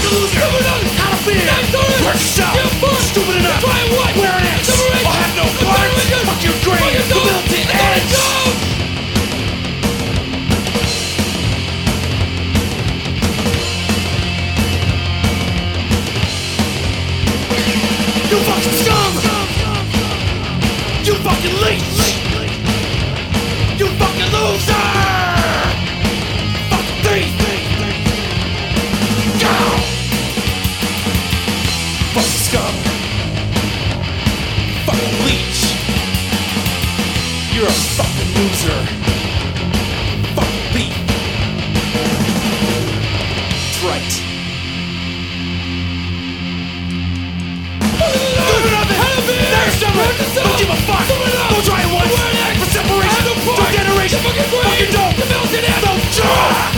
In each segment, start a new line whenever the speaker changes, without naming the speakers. Criminal.
Out of fear.
Worked out. Stupid enough.
By what?
Wear an X.
Liberation.
I have no parts.
Liberation.
Fuck your grave.
Fuck your
The
dog.
militant
Fuck your
ends.
dog.
You fucking scum. You fucking leech. You fucking loser. Fucking thief. Go. Fucking scum. Fucking leech. You're a fucking loser. Fucking thief. That's right. Stupid of it. Never stop it. Don't give a fuck. Don't try it once. For separation. For generation. Fucking don't. Don't try.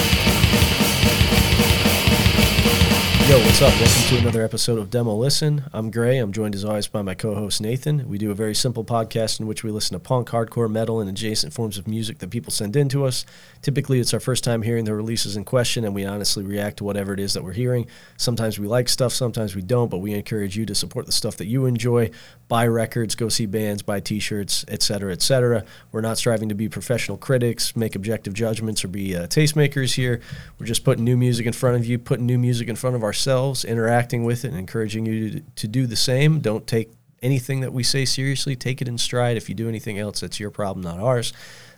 Yo, what's up? Welcome to another episode of Demo Listen. I'm Gray. I'm joined as always by my co host Nathan. We do a very simple podcast in which we listen to punk, hardcore, metal, and adjacent forms of music that people send in to us. Typically, it's our first time hearing the releases in question, and we honestly react to whatever it is that we're hearing. Sometimes we like stuff, sometimes we don't, but we encourage you to support the stuff that you enjoy. Buy records, go see bands, buy t shirts, etc., etc. We're not striving to be professional critics, make objective judgments, or be uh, tastemakers here. We're just putting new music in front of you, putting new music in front of ourselves, interacting with it, and encouraging you to, to do the same. Don't take anything that we say seriously. Take it in stride. If you do anything else, that's your problem, not ours.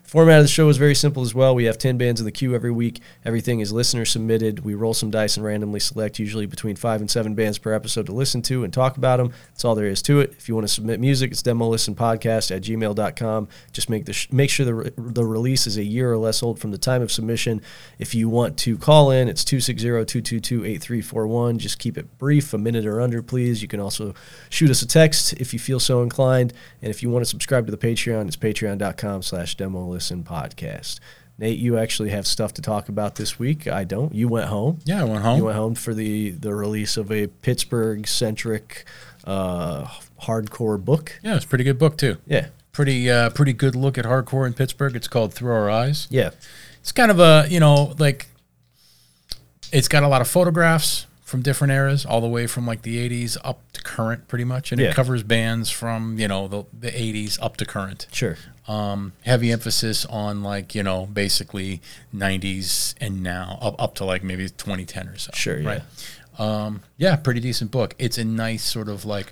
Format of the show is very simple as well. We have 10 bands in the queue every week. Everything is listener submitted. We roll some dice and randomly select usually between five and seven bands per episode to listen to and talk about them. That's all there is to it. If you want to submit music, it's demo listen podcast at gmail.com. Just make, the sh- make sure the, re- the release is a year or less old from the time of submission. If you want to call in, it's 260 222 8341. Just keep it brief, a minute or under, please. You can also shoot us a text if you feel so inclined. And if you want to subscribe to the Patreon, it's patreon.com slash demo listen podcast. Nate, you actually have stuff to talk about this week. I don't. You went home.
Yeah, I went
You
home.
went home for the, the release of a Pittsburgh centric uh, hardcore book.
Yeah, it's a pretty good book too.
Yeah.
Pretty uh, pretty good look at hardcore in Pittsburgh. It's called Through Our Eyes.
Yeah.
It's kind of a you know like it's got a lot of photographs from different eras, all the way from like the '80s up to current, pretty much, and
Yeah.
it covers bands from you know the, the '80s up to current.
Sure.
Um, heavy emphasis on like you know basically '90s and now up up to like maybe 2010 or so.
Sure, yeah.
Right. Um, yeah, pretty decent book. It's a nice sort of like,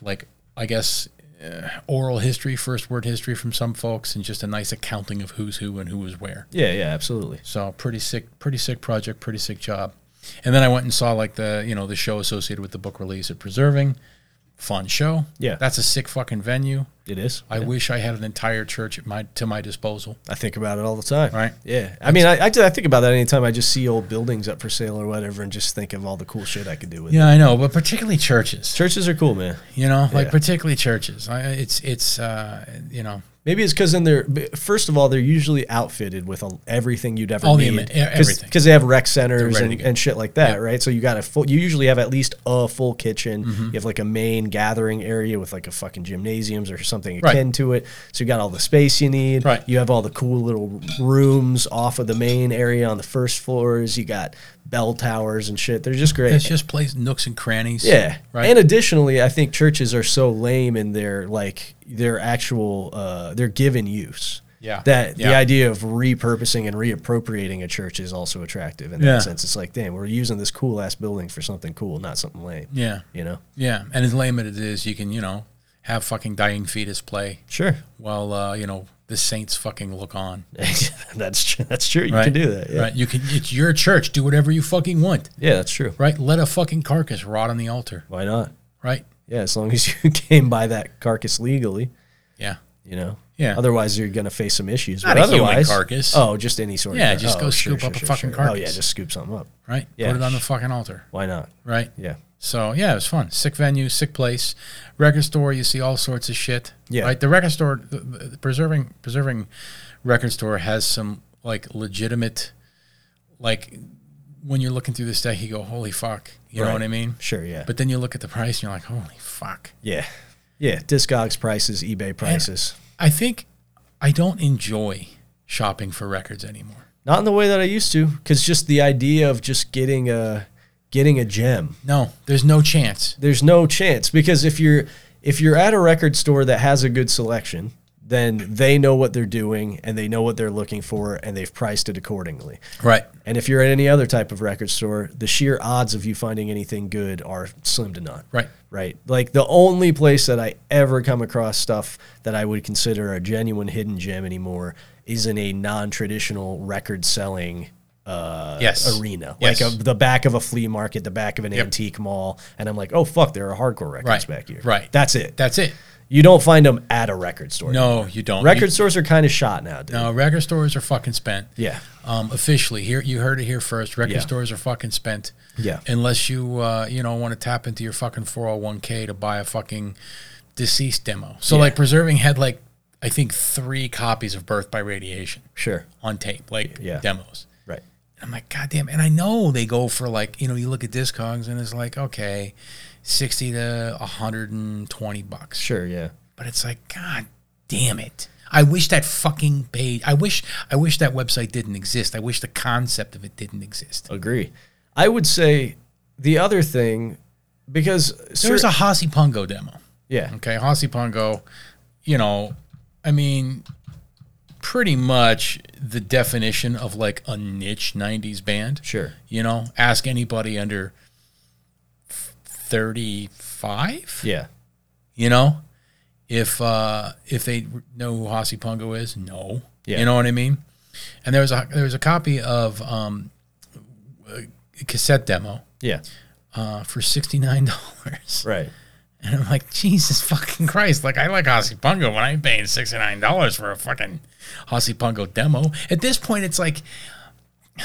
like I guess, uh, oral history, first word history from some folks, and just a nice accounting of who's who and who was where.
Yeah. Yeah. Absolutely.
So pretty sick, pretty sick project, pretty sick job. And then I went and saw like the you know the show associated with the book release at Preserving, fun show.
Yeah.
that's a sick fucking venue.
It is.
I wish I had an entire church at my to my disposal.
I think about it all the time.
Right.
Yeah. I mean, I, I, I think about that anytime I just see old buildings up for sale or whatever and just think of all the cool shit I could do with it.
Yeah, I know, but particularly churches.
Churches are cool, man.
You know, like
Yeah.
particularly churches. I, it's it's uh, you know
Maybe it's because then they're b- first of all they're usually outfitted with all, everything you'd ever
All the
need
ima- e- everything.
because they have rec centers
ready to
and,
go.
and shit like that, right? So you got a full. You usually have at least a full kitchen.
Mm-hmm.
You have like a main gathering area with like a fucking gymnasiums or something
Right.
akin to it. So you got all the space you need.
Right.
You have all the cool little rooms off of the main area on the first floors. You got bell towers and shit. They're just great.
it's just plays nooks and crannies.
Yeah.
right.
And additionally, I think churches are so lame in their like their actual uh, their given use.
Yeah.
That the
Yeah.
idea of repurposing and reappropriating a church is also attractive in that
Yeah.
sense. It's like, damn, we're using this cool ass building for something cool, not something lame.
yeah,
You know?
yeah. And as lame as it is, you can you know have fucking dying fetus play
Sure.
while uh, you know the saints fucking look on.
that's tr- that's true. You
Right?
can do that. Yeah.
Right. You can. It's your church. Do whatever you fucking want.
Yeah, that's true.
Right. Let a fucking carcass rot on the altar.
Why not?
Right.
Yeah, as long as you came by that carcass legally,
Yeah.
you know.
Yeah.
Otherwise, you're gonna face some issues.
Not
but
a human
otherwise,
carcass.
Oh, just any sort.
Yeah,
of
just
oh,
go scoop up a fucking
Oh yeah,
carcass.
just scoop something up.
Right.
Yeah.
Put it on the fucking altar.
Why not?
Right.
Yeah.
So yeah, it was fun. Sick venue, sick place. Record store, you see all sorts of shit.
Yeah.
Right. The record store, the, the the preserving preserving record store has some like legitimate, like when you're looking through this deck, you go, holy fuck. You
Right.
know what I mean?
Sure. Yeah.
But then you look at the price and you're like, holy fuck.
yeah, yeah. Discogs prices, eBay prices.
I think I don't enjoy shopping for records anymore.
Not in the way that I used to, because just the idea of just getting a getting a gem.
No, there's no chance.
There's no chance because if you're if you're at a record store that has a good selection, then they know what they're doing and they know what they're looking for and they've priced it accordingly.
Right.
And if you're at any other type of record store, the sheer odds of you finding anything good are slim to none.
Right.
Right. Like the only place that I ever come across stuff that I would consider a genuine hidden gem anymore is in a non traditional record selling uh,
Yes.
arena.
Yes.
Like a, the back of a flea market, the back of an
Yep.
antique mall. And I'm like, oh, fuck, there are hardcore records
Right.
back here.
Right.
That's it.
That's it.
you don't find them at a record store.
No, you don't.
Record
You-
stores are kind of shot now, dude.
no, record stores are fucking spent.
Yeah.
Um, officially, here you heard it here first. Record
Yeah.
stores are fucking spent.
Yeah.
Unless you uh, you know want to tap into your fucking 401k to buy a fucking deceased demo. So
Yeah.
like preserving had like I think three copies of Birth by Radiation
Sure.
on tape, like
Yeah.
demos.
Right.
I'm like, God damn. And I know they go for like, you know, you look at Discogs and it's like, okay, 60 to 120 bucks.
Sure. Yeah.
But it's like, God damn it. I wish that fucking page, I wish, I wish that website didn't exist. I wish the concept of it didn't exist.
Agree. I would say the other thing, because
There was
cer-
a Hossie Pongo demo.
yeah,
Okay. Hossie Pongo, you know, I mean, pretty much the definition of like a niche 90s band.
sure,
You know, ask anybody under 35,
yeah,
you know, if uh if they know who Hossie Pongo is, no.
Yeah.
You know what I mean? And there was a there was a copy of um a cassette demo
yeah,
uh for $69.
right,
And I'm like, "Jesus fucking Christ, like I like Hossie Pongo, but I'm paying $69 for a fucking Hossie Pongo demo." At this point, it's like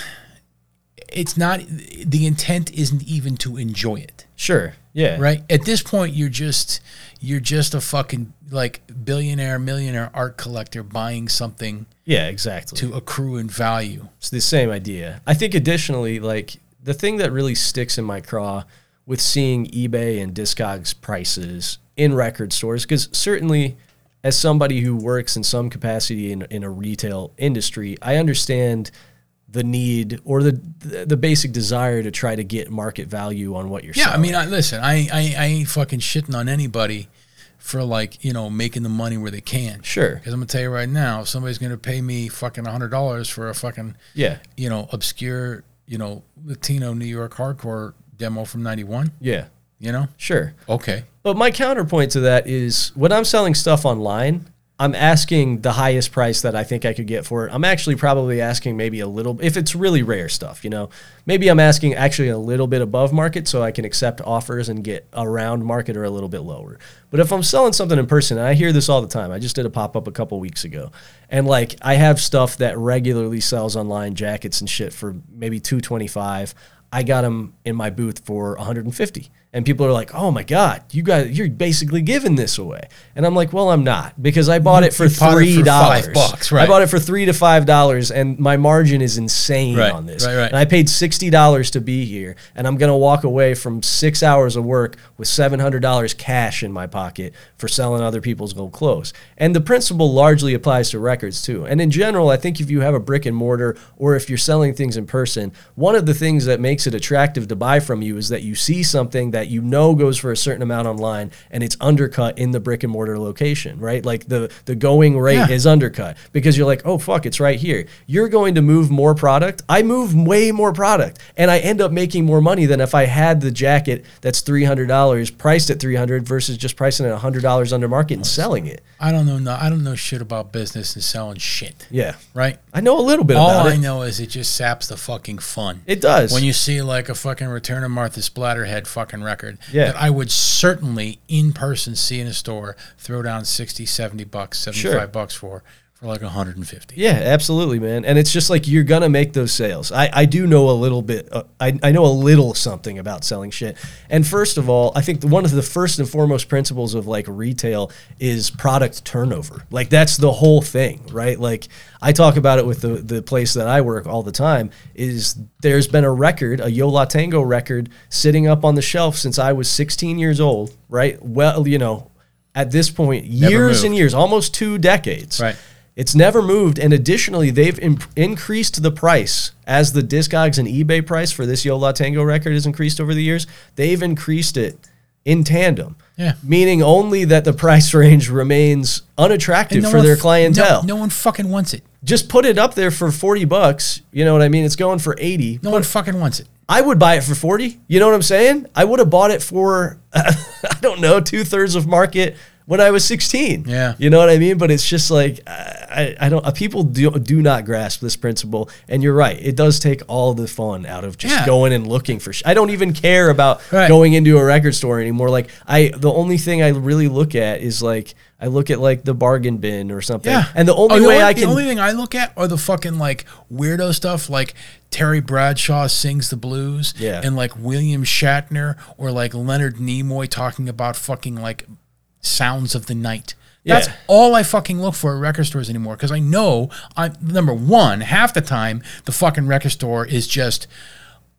it's not the intent isn't even to enjoy it
sure, yeah,
right at this point you're just you're just a fucking like billionaire millionaire art collector buying something
yeah, exactly.
to accrue in value
It's the same idea. I think additionally, like the thing that really sticks in my craw with seeing eBay and Discogs prices in record stores, because certainly as somebody who works in some capacity in, in a retail industry, I understand the need or the the basic desire to try to get market value on what you're
yeah i
selling.
mean I, listen I, I i ain't fucking shitting on anybody for like you know making the money where they can
sure.
because i'm gonna tell you right now if somebody's gonna pay me fucking $100 for a fucking
Yeah.
you know obscure you know latino new york hardcore demo from 91
Yeah.
you know
Sure.
okay
But my counterpoint to that is when I'm selling stuff online, I'm asking the highest price that I think I could get for it. I'm actually probably asking maybe a little, if it's really rare stuff, you know, maybe I'm asking actually a little bit above market so I can accept offers and get around market or a little bit lower. But if I'm selling something in person, and I hear this all the time, I just did a pop up a couple weeks ago, and like I have stuff that regularly sells online, jackets and shit for maybe 225. I got them in my booth for 150. And people are like, "Oh my god, you guys, you're basically giving this away." And I'm like, "Well, I'm not because I bought it for
You bought it
three
for
dollars.
five bucks, right.
I bought it for three to five dollars, and my margin is insane
Right,
on this.
right, right.
And I paid sixty dollars to be here, and I'm gonna walk away from six hours of work with seven hundred dollars cash in my pocket for selling other people's gold clothes. And the principle largely applies to records too. And in general, I think if you have a brick and mortar or if you're selling things in person, one of the things that makes it attractive to buy from you is that you see something that you know goes for a certain amount online and it's undercut in the brick and mortar location, right? Like the the going rate
Yeah.
is is undercut because you're like, oh fuck, it's right here. You're going to move more product. I move way more product, and I end up making more money than if I had the jacket that's three hundred dollars priced at three hundred versus just pricing it hundred dollars under market and selling it.
i don't know no, i don't know shit about business and selling shit
Yeah,
right
I know a little bit
All
about
I
it.
know is it just saps the fucking fun.
It does.
When you see like a fucking Return of Martha Splatterhead fucking record
Yeah.
that I would certainly in person see in a store throw down 60, 70 bucks, 75
Sure.
bucks for for like 150.
Yeah, absolutely, man. And it's just like you're gonna make those sales. I, I do know a little bit. Uh, I I know a little something about selling shit. And first of all, I think one of the first and foremost principles of like retail is product turnover. Like that's the whole thing, right? Like I talk about it with the the place that I work all the time. Is there's been a record, a Yo La Tango record, sitting up on the shelf since I was 16 years old, right? Well, you know, at this point, years
moved.
and years, almost two decades.
Right.
It's never moved, and additionally, they've imp- increased the price as the Discogs and eBay price for this Yo La Tango record has increased over the years. They've increased it in tandem,
Yeah.
meaning only that the price range remains unattractive
no
for
one
their
f-
clientele.
No, no one fucking wants it.
Just put it up there for forty bucks. You know what I mean? It's going for eighty.
No one fucking wants it.
I would buy it for 40. You know what I'm saying? I would have bought it for, I don't know, two thirds of market when I was 16.
Yeah.
You know what I mean? But it's just like, I, I I don't, uh, people do, do not grasp this principle. And you're right. It does take all the fun out of just
Yeah.
going and looking for, sh- I don't even care about
Right.
going into a record store anymore. Like I, the only thing I really look at is like, I look at like the bargain bin or something.
Yeah.
And the only
Oh, you know
way
what?
I can,
The only thing I look at are the fucking like weirdo stuff like Terry Bradshaw sings the blues
Yeah.
and like William Shatner or like Leonard Nimoy talking about fucking like sounds of the night. That's
Yeah.
all I fucking look for at record stores anymore because I know I number one half the time the fucking record store is just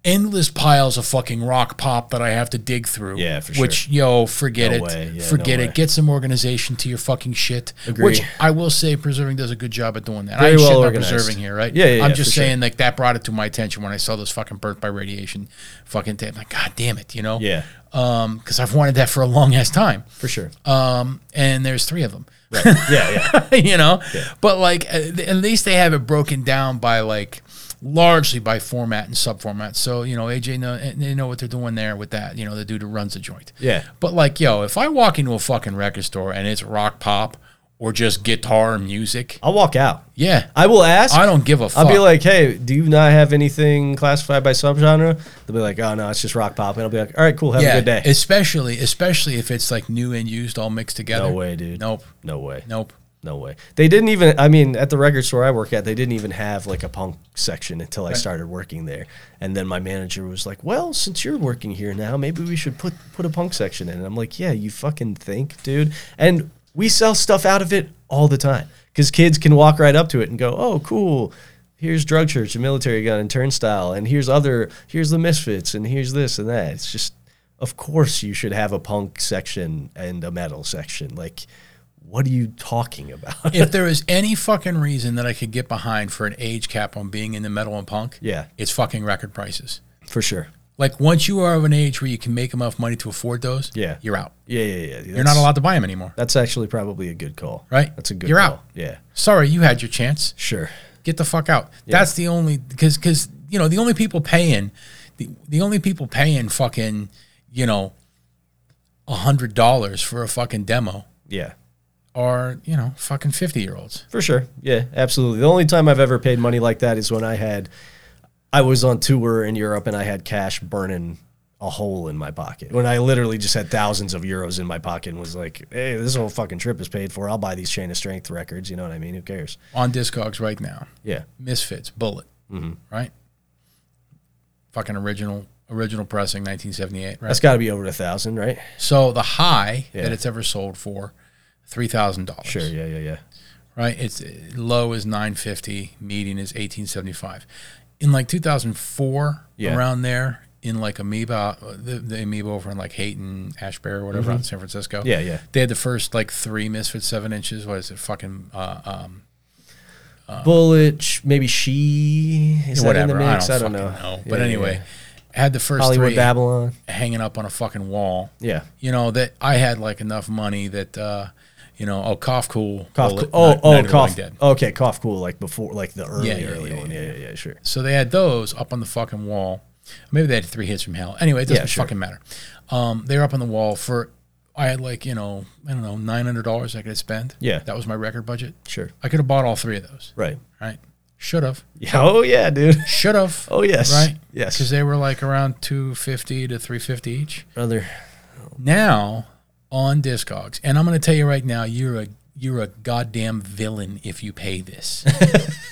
endless piles of fucking rock pop that I have to dig through.
Yeah, for
Which yo, forget
No
it,
way. Yeah, no
forget
way.
it. Get some organization to your fucking shit.
Agree.
Which I will say, preserving does a good job at doing that.
Very
I ain't
well
shitting on
organized.
preserving here, right?
Yeah, yeah,
I'm
yeah,
just
for sure.
saying, like that brought it to my attention when I saw those fucking burnt by radiation, fucking tape. Like, god damn it, you know?
Yeah.
Um, because I've wanted that for a long ass time.
for sure.
Um, and there's three of them.
Right. Yeah. Yeah.
you know but like uh, th- at least they have it broken down by like largely by format and subformat so you know aj know, and they know what they're doing there with that you know the dude who runs the joint
Yeah.
but like yo if i walk into a fucking record store and it's rock pop or just guitar music
I'll walk out.
yeah i,
I will ask.
don't give a fuck
I'll be like, hey, do you not have anything classified by subgenre? They'll be like, oh no, it's just rock pop, and I'll be like, all right, cool, have
yeah
a good day.
especially especially if it's like new and used all mixed together
No way, dude.
nope
No way.
nope
No way. They didn't even. I mean, at the record store I work at, they didn't even have like a punk section until I started working there. And then my manager was like, "Well, since you're working here now, maybe we should put put a punk section in." And I'm like, "Yeah, you fucking think, dude." And we sell stuff out of it all the time because kids can walk right up to it and go, "Oh, cool." Here's drug church and military gun and turnstile, and here's other. Here's the misfits, and here's this and that. It's just, of course, you should have a punk section and a metal section, like. What are you talking about?
if there is any fucking reason that I could get behind for an age cap on being in the metal and punk,
Yeah.
it's fucking record prices.
For sure.
Like once you are of an age where you can make enough money to afford those,
Yeah.
you're out.
Yeah, yeah, yeah.
You're not allowed to buy them anymore.
That's actually probably a good call.
Right?
That's a good
You're
call.
out.
Yeah.
Sorry, you had your chance.
Sure.
Get the fuck out. That's the only because because you know the only people paying, the, the only people paying fucking you know, a hundred dollars for a fucking demo
Yeah.
are you know fucking fifty year olds.
For sure. Yeah, absolutely. The only time I've ever paid money like that is when I had I was on tour in Europe and I had cash burning a hole in my pocket. When I literally just had thousands of euros in my pocket and was like, "Hey, this whole fucking trip is paid for. I'll buy these Chain of Strength records, you know what I mean? Who cares?"
on Discogs right now.
Yeah.
Misfits, Bullet,
Mm-hmm.
right? Fucking original, original pressing, 1978, right?
That's got to be over a 1000, right?
so the high
Yeah.
that it's ever sold for, three thousand dollars.
Sure. Yeah, yeah, yeah.
Right. It's low is 950, median is 1875. In like 2004,
Yeah.
around there, in like Amoeba, uh, the, the Amoeba over in like Hayton, Ashbury, or whatever, out in San Francisco.
Mm-hmm. Yeah, yeah.
They had the first like three Misfit seven inches. What is it? Fucking uh, um,
Bullet, sh- maybe she is that in the
whatever. I
mix?
don't,
I don't,
fucking
know.
know.
Yeah,
But
yeah,
anyway,
yeah.
had the first
Hollywood
three
Babylon.
hanging up on a fucking wall.
Yeah.
You know that I had like enough money that uh, you know oh cough cool
Cough.
Bullet,
cool. Oh,
Night-
oh,
Night of the
cough.
Living Dead.
Okay, cough. Cool. Like before, like the early,
Yeah, yeah,
early
yeah,
one. Yeah, yeah, yeah. Sure.
So they had those up on the fucking wall. Maybe they had three hits from hell. Anyway, it doesn't
Yeah, sure.
fucking matter. Um, they were up on the wall for I had like you know I don't know nine hundred dollars I could spend.
Yeah.
that was my record budget.
Sure.
I could have bought all three of those.
Right.
Right? Should have.
Yeah. Oh yeah, dude.
Should have.
Oh, yes.
Right.
Yes.
Because they were like around two fifty to three fifty each.
Brother.
now on Discogs, and I'm going to tell you right now, you're a you're a goddamn villain if you pay this.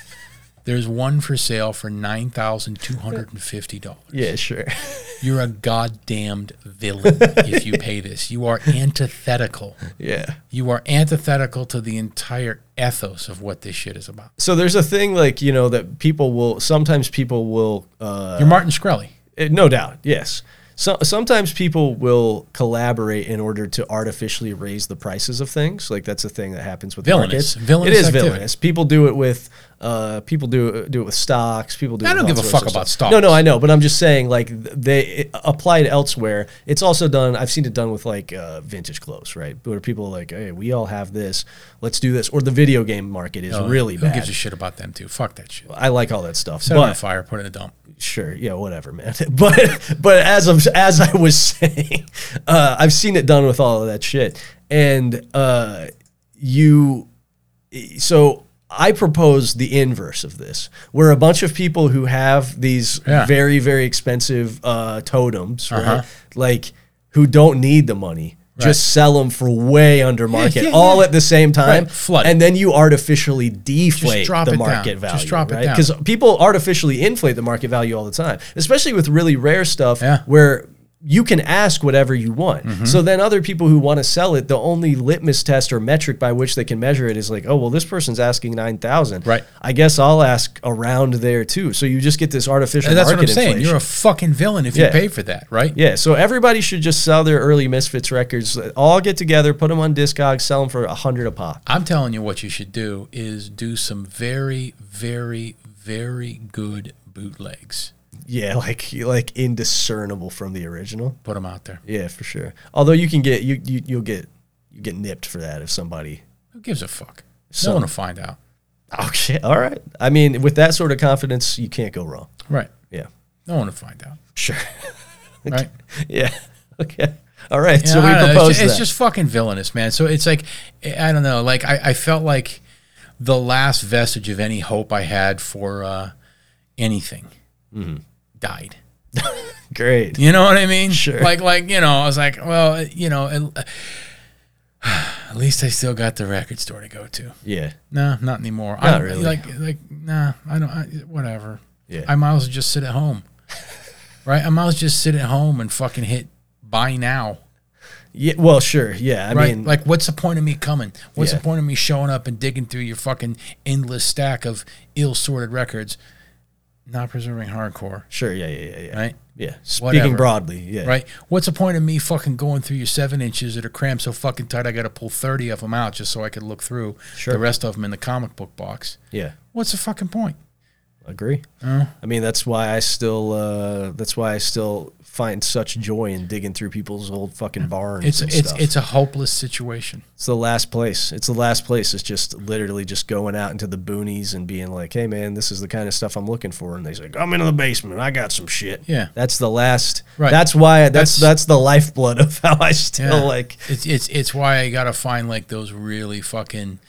There's one for sale for nine thousand two hundred and fifty dollars.
Yeah. Sure.
You're a goddamned villain if you pay this. You are antithetical.
yeah.
You are antithetical to the entire ethos of what this shit is about.
So there's a thing like you know that people will sometimes people will uh,
You're Martin Shkreli.
eh, no doubt yes So, sometimes people will collaborate in order to artificially raise the prices of things. Like that's a thing that happens with
Villainous.
markets.
Villainous
it is
activity.
villainous. People do it with uh, people do do it with stocks. People do. it
I
with
don't
all
give a
sorts
fuck
of
about
stuff.
stocks.
No, no, I know, but I'm just saying like th- they it, applied elsewhere. It's also done. I've seen it done with like uh, vintage clothes, right? Where people are like, hey, we all have this. Let's do this. Or the video game market is really
Oh, Who
bad.
gives a shit about them too? Fuck that shit.
I like all that stuff.
Set it on
but
fire, put it in a dump.
sure, yeah, whatever, man. But but as of, as I was saying, uh, I've seen it done with all of that shit, and uh, you. So I propose the inverse of this, where a bunch of people who have these
Yeah.
very very expensive uh, totems, right,
Uh-huh.
like who don't need the money. Just sell them for way under market,
yeah,
all
yeah.
at the same time,
Right, flood it.
and then you artificially deflate
drop
the
it down.
market
Just
value.
drop it
right?
down.
'Cause people artificially inflate the market value all the time, especially with really rare stuff
Yeah.
where you can ask whatever you want. So then other people who want to sell it, the only litmus test or metric by which they can measure it is like, oh, well, this person's asking 9,000.
Right.
I guess I'll ask around there too. So you just get this artificial
And that's what I'm
market
saying.
inflation.
You're a fucking villain if
Yeah.
you pay for that, right?
yeah, so everybody should just sell their early Misfits records. All get together, put them on Discogs, sell them for a hundred a pop.
I'm telling you what you should do is do some very, very, very good bootlegs.
Yeah, like like indiscernible from the original.
Put them out there.
Yeah, for sure. Although you can get you, you you'll get you get nipped for that if somebody.
Who gives a fuck?
Some.
No one will find out.
Okay, all right. I mean, with that sort of confidence, you can't go wrong.
Right.
Yeah,
No one will find out.
sure.
Right.
yeah. Okay. All right.
Yeah,
so we
I don't know.
propose
it's, just,
that.
it's just fucking villainous, man. So it's like I don't know. Like I, I felt like the last vestige of any hope I had for uh, anything
Mm-hmm.
died.
great.
You know what I mean?
Sure.
Like like you know, I was like, well, you know, at, at least I still got the record store to go to.
Yeah.
Nah, not anymore.
Not
I,
really.
Like like nah, I don't. I, whatever.
Yeah.
I might as well just sit at home. right. I might as well just sit at home and fucking hit buy now.
Yeah. Well, sure. Yeah. I
right?
mean, like,
like, what's the point of me coming? What's
Yeah.
the point of me showing up and digging through your fucking endless stack of ill-sorted records? Not preserving hardcore,
sure. Yeah. Yeah. Yeah. Yeah.
right?
Yeah. Speaking
Whatever.
broadly. Yeah.
Right? What's the point of me fucking going through your seven inches that are crammed so fucking tight? I got to pull thirty of them out just so I could look through
Sure.
the rest of them in the comic book box.
Yeah.
What's the fucking point?
Agree.
Uh-huh.
I mean, that's why I still uh, that's why I still find such joy in digging through people's old fucking barns.
It's
and
it's
stuff.
it's a hopeless situation.
It's the last place. It's the last place. It's just literally just going out into the boonies and being like, "Hey, man, this is the kind of stuff I'm looking for." And they say, "I'm into the basement. I got some shit."
Yeah.
that's the last. Right.
Right.
That's why. That's that's,
That's-
the lifeblood of how I still
Yeah.
like.
it's it's it's why I gotta find like those really fucking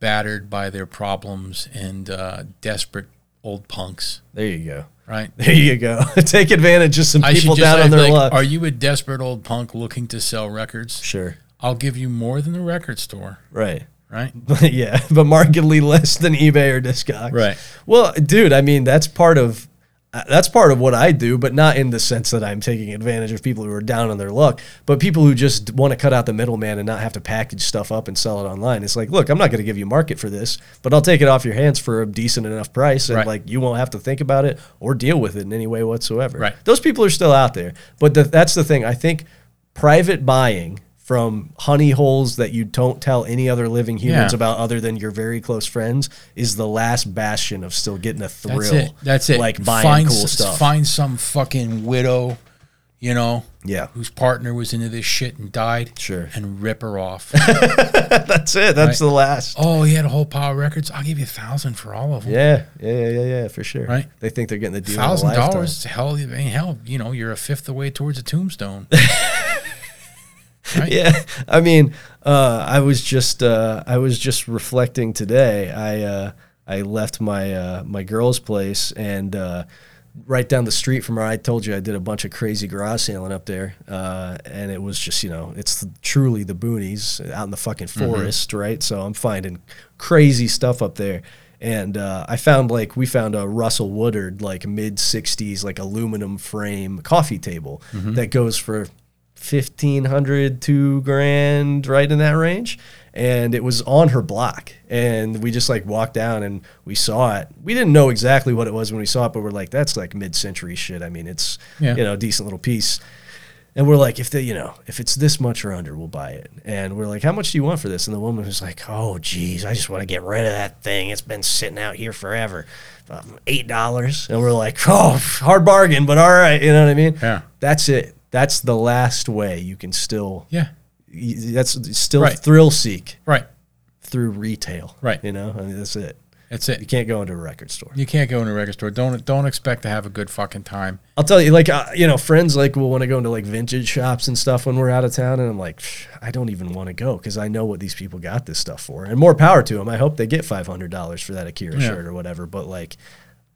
battered by their problems and uh, desperate old punks,
There you go.
right?
There you go. Take advantage of some
I should
people
just
down
say,
on their
like,
luck.
Are you a desperate old punk looking to sell records?
sure.
I'll give you more than the record store,
Right.
right?
yeah, but markedly less than eBay or Discogs.
Right.
Well, dude, I mean that's part of uh, that's part of what I do, but not in the sense that I'm taking advantage of people who are down on their luck, but people who just want to cut out the middleman and not have to package stuff up and sell it online. It's like, look, I'm not going to give you market for this, but I'll take it off your hands for a decent enough price, and
Right.
like you won't have to think about it or deal with it in any way whatsoever.
Right.
Those people are still out there, but the, that's the thing. I think private buying from honey holes that you don't tell any other living humans
Yeah.
about other than your very close friends is the last bastion of still getting a thrill.
That's it. That's it.
Like buying
find
cool
s-
stuff.
Find some fucking widow, you know,
Yeah,
whose partner was into this shit and died.
Sure.
And rip her off.
that's it. That's the last.
oh, he had a whole pile of records. I'll give you a thousand for all of them.
Yeah, yeah, yeah, yeah, yeah, for sure.
Right.
They think they're getting the deal. of a
thousand
lifetime.
dollars is hell I mean, hell you know you're a fifth the way towards a tombstone
yeah i mean uh, i was just uh, i was just reflecting today i uh, i left my uh, my girl's place and uh, right down the street from her i told you i did a bunch of crazy garage sailing up there uh, and it was just you know it's truly the boonies out in the fucking forest right so i'm finding crazy stuff up there and uh, I found like we found a Russell Woodard like mid '60s like aluminum frame coffee table that goes for fifteen hundred, two grand, right in that range. And it was on her block. And we just like walked down and we saw it. We didn't know exactly what it was when we saw it, but we're like, that's like mid century shit. I mean, it's
Yeah.
you know, decent little piece. And we're like, if they, you know, if it's this much or under, we'll buy it. And we're like, how much do you want for this? And the woman was like, oh, geez, I just want to get rid of that thing. It's been sitting out here forever. Um, Eight dollars. And we're like, oh, hard bargain, but all right. You know what I mean?
Yeah.
That's it. That's the last way you can still.
Yeah.
y- That's still
Right.
thrill seek
Right.
through retail.
Right.
You know, I mean, that's it.
That's
You
it.
can't go into a record store.
You can't go into a record store. Don't don't expect to have a good fucking time.
I'll tell you, like, uh, you know, friends like will want to go into like vintage shops and stuff when we're out of town. And I'm like, "Psh, I don't even want to go because I know what these people got this stuff for. And more power to them. I hope they get $500 for that Akira
Yeah.
shirt or whatever. But like,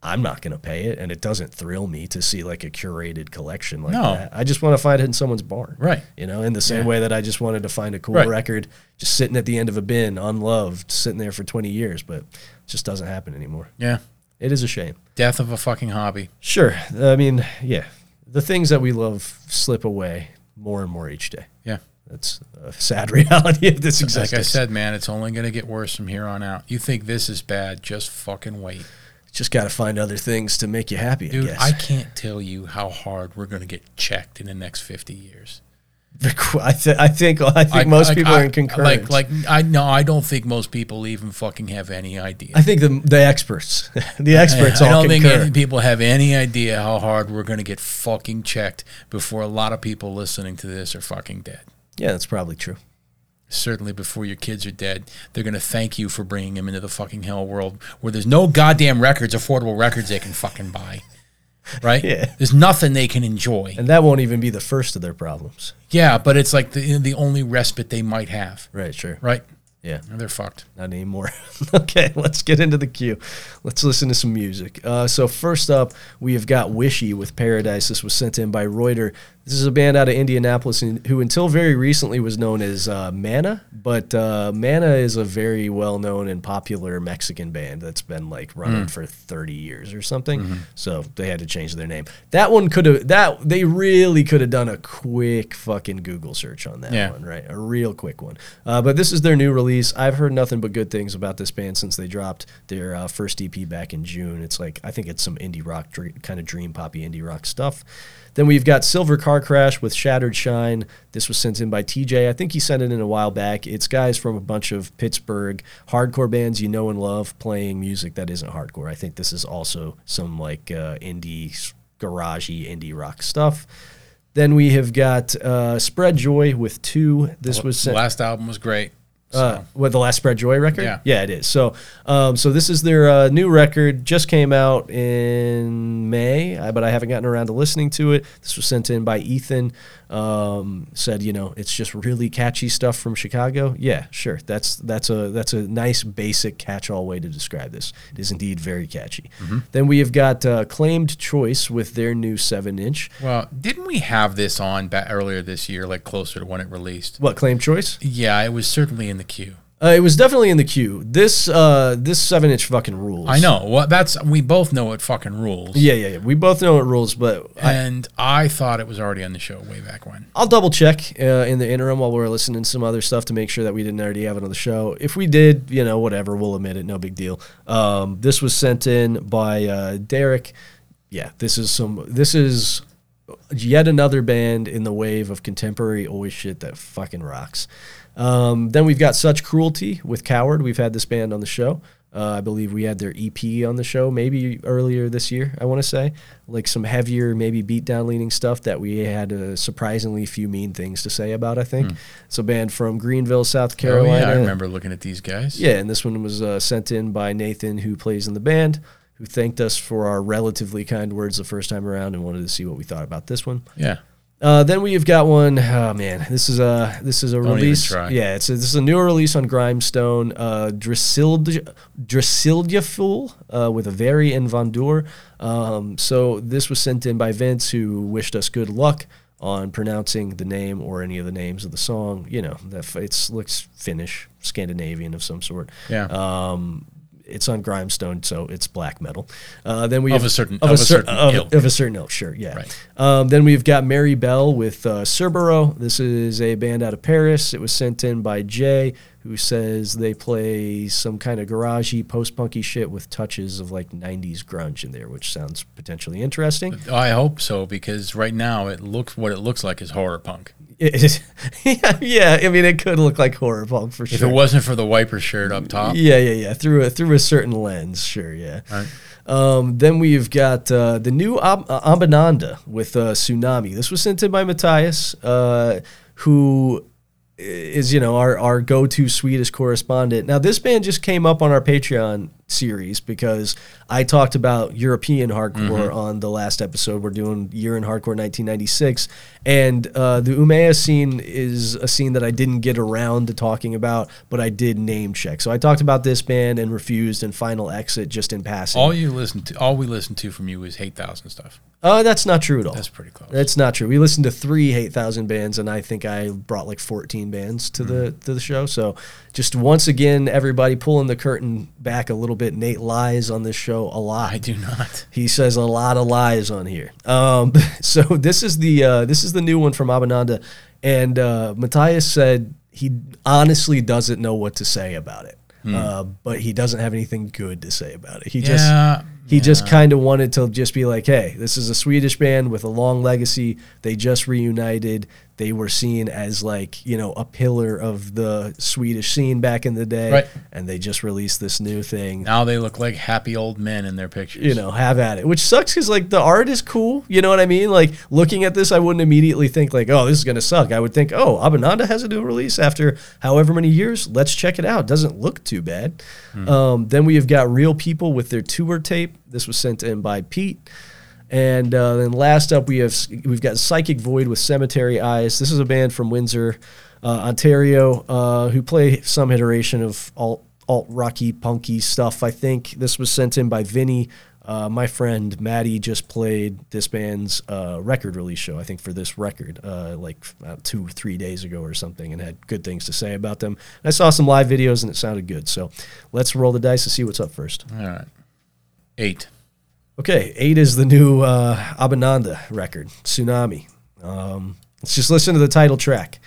I'm not going to pay it. And it doesn't thrill me to see like a curated collection like
No.
that. I just want to find it in someone's barn.
Right.
You know, in the same way that I just wanted to find a cool
Right.
record just sitting at the end of a bin, unloved, sitting there for 20 years. But it just doesn't happen anymore.
Yeah.
It is a shame.
Death of a fucking hobby.
Sure. I mean, yeah, the things that we love slip away more and more each day.
Yeah.
That's a sad reality of this existence.
Like I said, man, it's only going to get worse from here on out. You think this is bad? Just fucking wait,
just got to find other things to make you happy.
dude.
I guess.
I can't tell you how hard we're going to get checked in the next fifty years.
The qu- I, th- I think I think most people are in concurrence.
Like, like I no, I don't think most people even fucking have any idea.
I think the the experts, the experts
I
all
don't think
concur.
any people have any idea how hard we're going to get fucking checked before a lot of people listening to this are fucking dead.
yeah, that's probably true.
Certainly before your kids are dead, they're going to thank you for bringing them into the fucking hell world where there's no goddamn records, affordable records they can fucking buy. Right?
Yeah.
There's nothing they can enjoy.
And that won't even be the first of their problems.
Yeah, but it's like the the only respite they might have.
Right. Sure.
Right?
Yeah.
They're fucked.
Not anymore. okay, let's get into the queue. Let's listen to some music. Uh, so first up, we have got Wishy with Paradise. This was sent in by Reuter. This is a band out of Indianapolis and who until very recently was known as uh, Mana, but uh, Mana is a very well-known and popular Mexican band that's been like running for 30 years or something. So they had to change their name. That one could have that they really could have done a quick fucking Google search on that
Yeah.
one, right? A real quick one. Uh, but this is their new release. I've heard nothing but good things about this band since they dropped their uh, first EP back in June. It's like, I think it's some indie rock, dre- kind of dream poppy indie rock stuff. Then we've got Silver Car Crash with Shattered Shine. This was sent in by TJ. I think he sent it in a while back. It's guys from a bunch of Pittsburgh hardcore bands you know and love playing music that isn't hardcore. I think this is also some like uh, indie, s- garagey indie rock stuff. Then we have got uh, Spread Joy with two. This was
The
sent,
last album was great. So,
uh, what the last Spread Joy record.
Yeah.
it is. So, um, so this is their uh, new record. Just came out in May, I- but I haven't gotten around to listening to it. This was sent in by Ethan. Um, said, you know, it's just really catchy stuff from Chicago. Yeah, sure. That's that's a that's a nice basic catch-all way to describe this. It is indeed very catchy.
Mm-hmm.
Then we have got uh, Claimed Choice with their new seven-inch.
well, didn't we have this on back earlier this year, like closer to when it released?
What Claimed Choice?
Yeah, it was certainly in the queue.
Uh, it was definitely in the queue. This uh, this seven inch fucking rules.
I know. Well, that's we both know it fucking rules.
Yeah, yeah, yeah. We both know it rules, but I,
And I thought it was already on the show way back when.
I'll double check uh, in the interim while we're listening to some other stuff to make sure that we didn't already have it on the show. If we did, you know, whatever, we'll admit it. No big deal. Um, this was sent in by uh, Derek. Yeah, this is some. This is yet another band in the wave of contemporary oi shit that fucking rocks. Um, then we've got Such Cruelty with Coward. We've had this band on the show. Uh, I believe we had their EP on the show maybe earlier this year, I want to say. Like some heavier, maybe beatdown leaning stuff that we had uh, surprisingly few mean things to say about, I think. It's a band from Greenville, South Carolina.
Hmm. Oh yeah, I remember looking at these guys.
Yeah, and this one was uh, sent in by Nathan, who plays in the band, who thanked us for our relatively kind words the first time around and wanted to see what we thought about this one.
Yeah.
Uh, then we've got one. Oh man, this is a this is a
even
release.
try.
Yeah, it's a, this is a newer release on Grimestone. Uh, Drasild Drasilia Fool uh, with a very and Von Dur. Um, so this was sent in by Vince, who wished us good luck on pronouncing the name or any of the names of the song. You know, that f- it's looks Finnish, Scandinavian of some sort.
Yeah.
Um, it's on Grimestone, so it's black metal. Uh, then we
Of
have-
a certain-
of, a cer-
certain
of,
ilk.
of a certain ilk, sure, yeah.
Right.
Um, then we've got Mary Bell with uh, Cerbero. This is a band out of Paris. It was sent in by Jay, who says they play some kind of garagey, post-punky shit with touches of like '90s grunge in there, which sounds potentially interesting.
I hope so because right now it looks what it looks like is horror punk.
It is, yeah, yeah, I mean, it could look like horror punk for
If
sure.
it wasn't for the wiper shirt up top,
Yeah, yeah, yeah. Through a through a certain lens, sure, yeah.
Right.
Um, then we've got uh, the new Ab- uh, Ambananda with uh, Tsunami. This was sent in by Matthias, uh, who is you know our our go to Swedish correspondent. Now this band just came up on our Patreon series because I talked about European hardcore on the last episode. We're doing year in hardcore 1996, and uh, the Umea scene is a scene that I didn't get around to talking about, but I did name check. So I talked about this band and refused and Final Exit just in passing.
all you listen to, all we listened to from you was hate thousand stuff.
uh, that's not true at all.
That's pretty close.
That's not true. We listened to three Hate Thousand bands, and I think I brought like fourteen bands to the
Mm-hmm.
to the show. So just once again, everybody pulling the curtain back a little bit. Nate lies on this show a lot.
I do not.
He says a lot of lies on here. Um, so this is the uh, this is the new one from Abananda, and uh, Matthias said he honestly doesn't know what to say about it,
Hmm.
uh, but he doesn't have anything good to say about it. He
Yeah,
just he just kind of wanted to just be like, hey, this is a Swedish band with a long legacy. They just reunited. They were seen as like you know a pillar of the Swedish scene back in the day,
Right.
and they just released this new thing
Now they look like happy old men in their pictures.
you know, have at it. Which sucks because like the art is cool. You know what I mean? Like looking at this, I wouldn't immediately think like, oh, this is gonna suck. I would think, oh, Abananda has a new release after however many years. Let's check it out. Doesn't look too bad. Um, then we have got Real People with their tour tape. This was sent in by Pete. And uh, then last up, we have we've got Psychic Void with Cemetery Eyes. This is a band from Windsor, uh, Ontario, uh, who play some iteration of alt alt rocky punky stuff. I think this was sent in by Vinny. Uh, my friend Maddie just played this band's uh, record release show, I think, for this record, uh, like about two, three days ago or something, and had good things to say about them. And I saw some live videos and it sounded good. So let's roll the dice and see what's up first.
All right. Eight.
Okay, eight is the new uh, Abananda record, Tsunami. Um, let's just listen to the title track.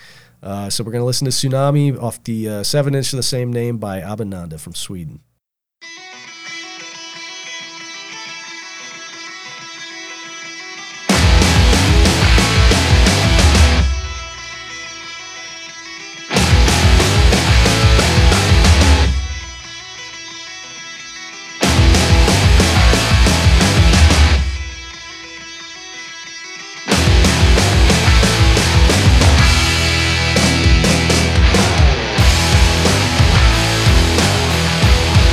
Uh, so we're going to listen to Tsunami off the uh, seven inch of the same name by Abananda from Sweden.
Thank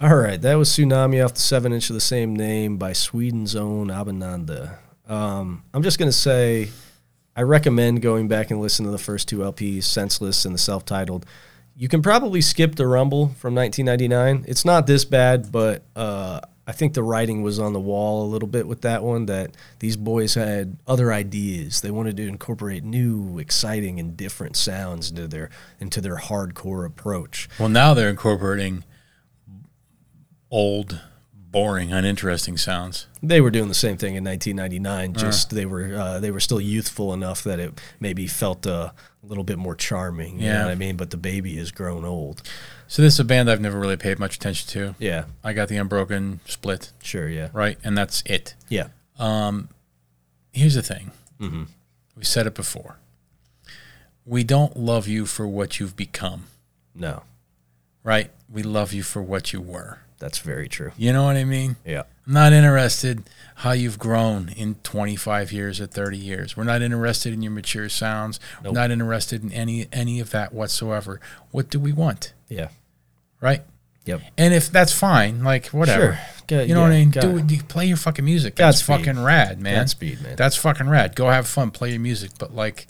All right, that was Tsunami off the seven inch of the same name by Sweden's own Abinanda. Um, I'm just gonna say, I recommend going back and listening to the first two LPs, Senseless and the self-titled. You can probably skip the Rumble from 1999. It's not this bad, but uh, I think the writing was on the wall a little bit with that one. That these boys had other ideas. They wanted to incorporate new, exciting, and different sounds into their into their hardcore approach.
Well, now they're incorporating old, boring, uninteresting sounds.
they were doing the same thing in 1999.
Uh-huh.
Just they were uh, they were still youthful enough that it maybe felt uh, a little bit more charming. You know
Yeah.
what I mean? But the baby has grown old.
So this is a band I've never really paid much attention to.
Yeah,
I got the Unbroken split,
sure. Yeah,
right? And that's it.
yeah.
Here's the thing. We said it before. We don't love you for what you've become,
No,
right? We love you for what you were.
that's very true.
You know what I mean?
Yeah,
I'm not interested how you've grown in 25 years or 30 years. We're not interested in your mature sounds. We're not interested in any any of that whatsoever. What do we want,
yeah,
right?
yep.
And if that's fine, like whatever.
Sure. Go-
you know what
yeah,
I mean?
go.
Do, do play your fucking music. That's
Godspeed.
fucking rad, man.
Godspeed, man.
That's fucking rad. Go have fun. Play your music. But like,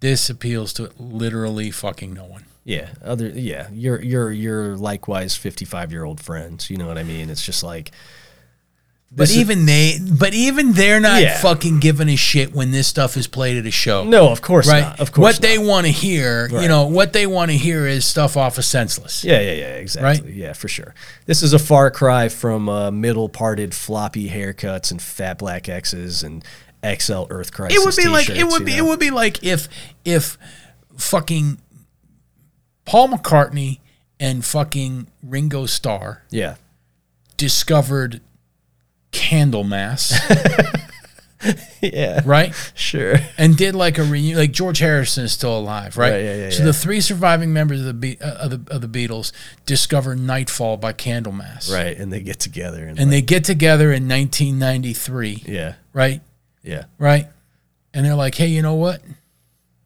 this appeals to literally fucking no one.
Yeah, other yeah, your your your likewise 55 year old friends. You know what I mean? It's just like.
But
This is-
even they, but even they're not
Yeah.
fucking giving a shit when this stuff is played at a show.
no, of course
right?
not. Of course,
what
not.
they want to hear,
Right.
you know, what they want to hear is stuff off of senseless.
Yeah, yeah, yeah, exactly. Yeah, for sure. This is a far cry from uh, middle parted floppy haircuts and fat black X's and XL Earth Crisis.
It would be like it
t-shirts,
would
you
be
know?
it would be like if if fucking Paul McCartney and fucking Ringo Starr
Yeah,
discovered Candlemass,
yeah,
right?
sure.
And did like a reunion. Like George Harrison is still alive, right?
Right, yeah, yeah,
so
yeah.
the three surviving members of the, Be- uh, of the of the Beatles discover Nightfall by Candlemass,
Right, and they get together and,
And they get together in 1993,
like, yeah,
right?
yeah,
right? And they're like, "Hey, you know what?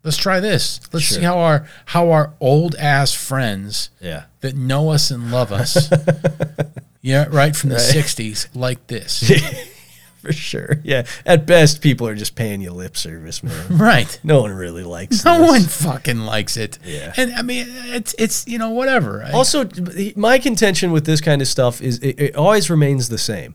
Let's try this. Let's
Sure.
see how our how our old ass friends
yeah,
that know us and love us, yeah, right from the '60s, like this,
for sure. Yeah, at best, people are just paying you lip service, man.
right?
no one really likes.
No
this.
one fucking likes it.
Yeah.
And I mean, it's it's you know whatever. I-
Also, he- my contention with this kind of stuff is it, it always remains the same.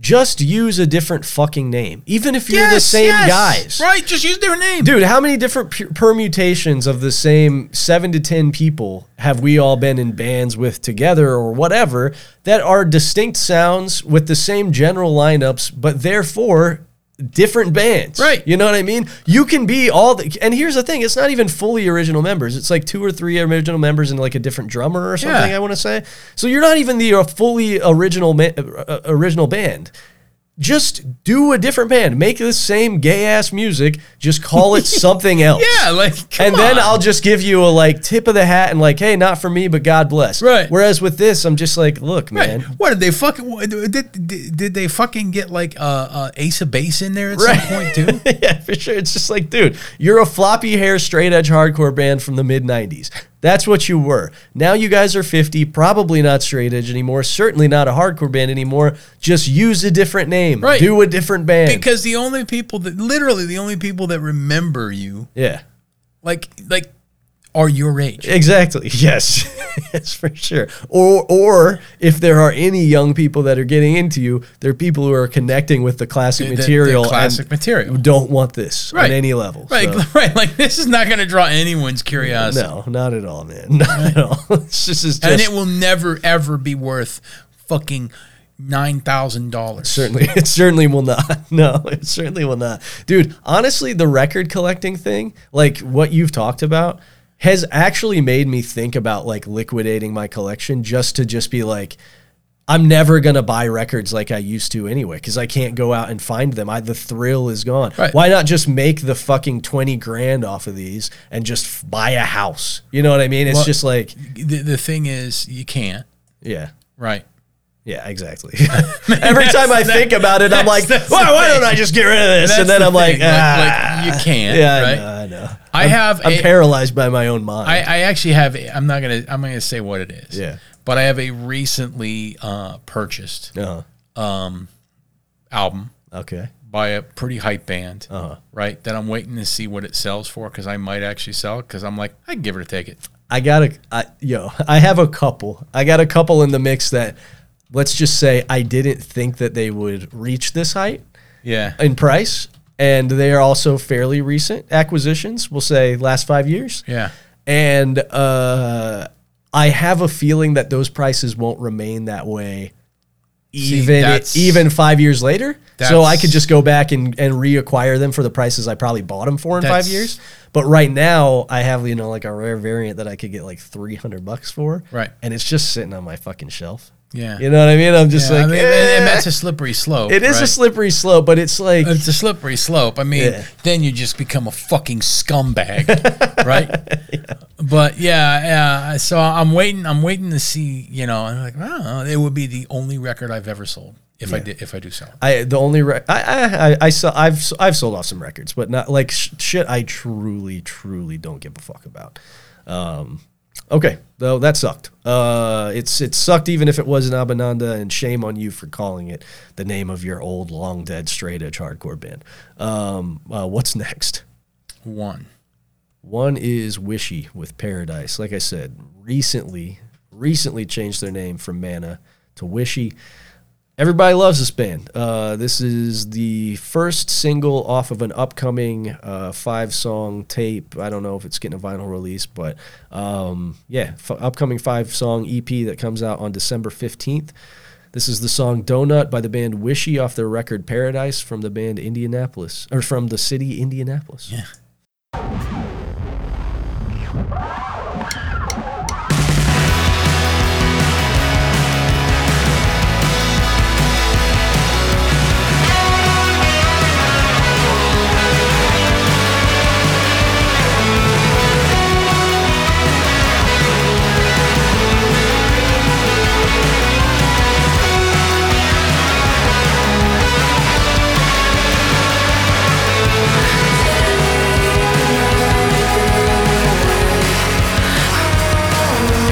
Just use a different fucking name, even if you're the
Yes,
same
yes,
guys.
right? Just use their name.
Dude, how many different pu- permutations of the same seven to ten people have we all been in bands with together or whatever that are distinct sounds with the same general lineups, but therefore different bands?
Right.
You know what I mean? You can be all the. And here's the thing it's not even fully original members. It's like two or three original members and like a different drummer or something,
Yeah.
I want to say. So you're not even the uh, fully original, ma- uh, uh, original band just do a different band. Make the same gay ass music. Just call it something else.
Yeah, like come
and then
on.
I'll just give you a like tip of the hat and like, hey, not for me, but God bless.
Right.
Whereas with this, I'm just like, look,
Right.
oh, man.
What did they fucking? what- Did, did, did they fucking get like uh, uh, Ace of Base in there at
Right.
some point too?
yeah, for sure. It's just like, dude, you're a floppy hair, straight edge hardcore band from the mid 90s. That's what you were. Now you guys are 50, probably not straight edge anymore, certainly not a hardcore band anymore. Just use a different name.
Right.
Do a different band.
because the only people that literally the only people that remember you
yeah.
like like are your age
Exactly. Yes. yes, for sure. Or or if there are any young people that are getting into you, they're people who are connecting with the classic
The- the
material. and
classic material.
Don't want this
Right.
on any level.
right
So,
right like this is not going to draw anyone's curiosity
no, not at all, man. Not at all. It's just, it's
and
just-
it will never ever be worth fucking nine thousand dollars
certainly it certainly will not no it certainly will not dude honestly the record collecting thing like what you've talked about has actually made me think about like liquidating my collection just to just be like I'm never gonna buy records like I used to anyway because I can't go out and find them. I the thrill is gone.
Right.
Why not just make the fucking twenty grand off of these and just f- buy a house? You know what I mean? It's
Well-
just like
the, the thing is you can't
yeah,
right
yeah, exactly. Every time I
That's-
think about it, I'm
that's-
like,
that's
why,
the
why don't
thing.
I just get rid of this?
That's
and then
the
I'm like,
thing, like,
ah.
like, you can't
yeah,
right
I know, I know.
i have
I'm
a-
paralyzed by my own mind.
I, I actually have. a- I'm not gonna. I'm not gonna say what it is.
Yeah.
But I have a recently uh, purchased
Uh-huh.
album
Okay.
by a pretty hype band,
Uh-huh.
right? That I'm waiting to see what it sells for because I might actually sell it because I'm like, I can give it a ticket.
I got a I, yo. I have a couple. I got a couple in the mix that, let's just say, I didn't think that they would reach this height
Yeah.
in price, and they are also fairly recent acquisitions. We'll say last five years.
Yeah.
And uh, I have a feeling that those prices won't remain that way. Even
that's-
even five years later, so I
That's-
could just go back and, and reacquire them for the prices I probably bought them for in five
That's-
years. But right now, I have you know like a rare variant that I could get like three hundred bucks for,
Right.
And it's just sitting on my fucking shelf.
Yeah.
You know what I mean? I'm just
Yeah,
like,
I mean, and-
eh.
and that's a slippery slope.
it is a
right?
slippery slope, but it's like
It's a slippery slope. I mean,
Yeah.
then you just become a fucking scumbag, right? But yeah, yeah. So I'm waiting. I'm waiting to see. You know, and I'm like, oh, it would be the only record I've ever sold if I did. If I do sell, it.
I the only re- I, I I I saw I've s- I've sold off some records, but not like sh- shit. I truly truly don't give a fuck about. Um, okay, though that sucked. Uh, it's it sucked even if it was an Abananda, and shame on you for calling it the name of your old long dead straight edge hardcore band. Um, uh, what's next?
one.
One is Wishy with Paradise. Like I said, recently, recently changed their name from Mana to Wishy. Everybody loves this band. Uh, this is the first single off of an upcoming uh, five song tape. I don't know if it's getting a vinyl release, but um, yeah, f- upcoming five song EP that comes out on December 15th. This is the song Donut by the band Wishy off their record Paradise from the band Indianapolis, or from the city Indianapolis. Yeah.
I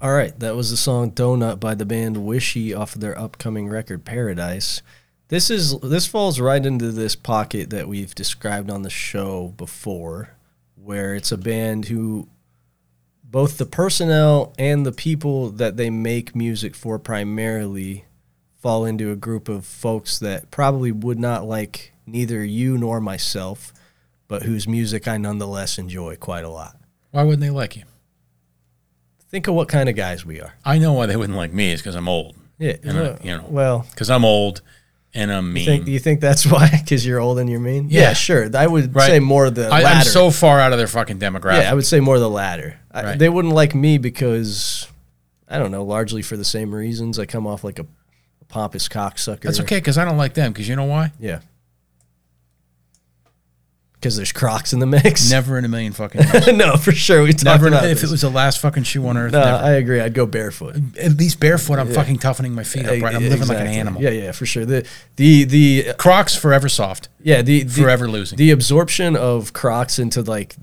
right, that was the song "Donut" by the band Wishy off of their upcoming record Paradise. This is this falls right into this pocket that we've described on the show before, where it's a band who both the personnel and the people that they make music for primarily fall into a group of folks that probably would not like neither you nor myself, but whose music I nonetheless enjoy quite a lot.
Why wouldn't they like you?
Think of what kind of guys we are.
I know why they wouldn't like me is because I'm old.
Yeah,
And I, you know,
well,
because I'm old and I'm mean.
think you think that's why because you're old and you're mean?
Yeah.
sure. I would
Right.
say more the uh,
I,
latter.
I'm so far out of their fucking demographic.
yeah, I would say more the latter. I,
Right.
They wouldn't like me because I don't know, largely for the same reasons. I come off like a, pompous cocksucker.
That's okay because I don't like them. Because you know why?
Yeah. Because there's Crocs in the mix.
Never in a million fucking years.
no, for sure. We talked
never. in a-
about
If
this.
it was the last fucking shoe on earth,
no,
never.
I agree. I'd go barefoot. E,
at least barefoot, I'm fucking toughening my feet up. Right, I'm living like an
Exactly.
animal.
Yeah, yeah, for sure. The the the
Crocs forever soft,
yeah the, the
forever losing.
the absorption of Crocs into like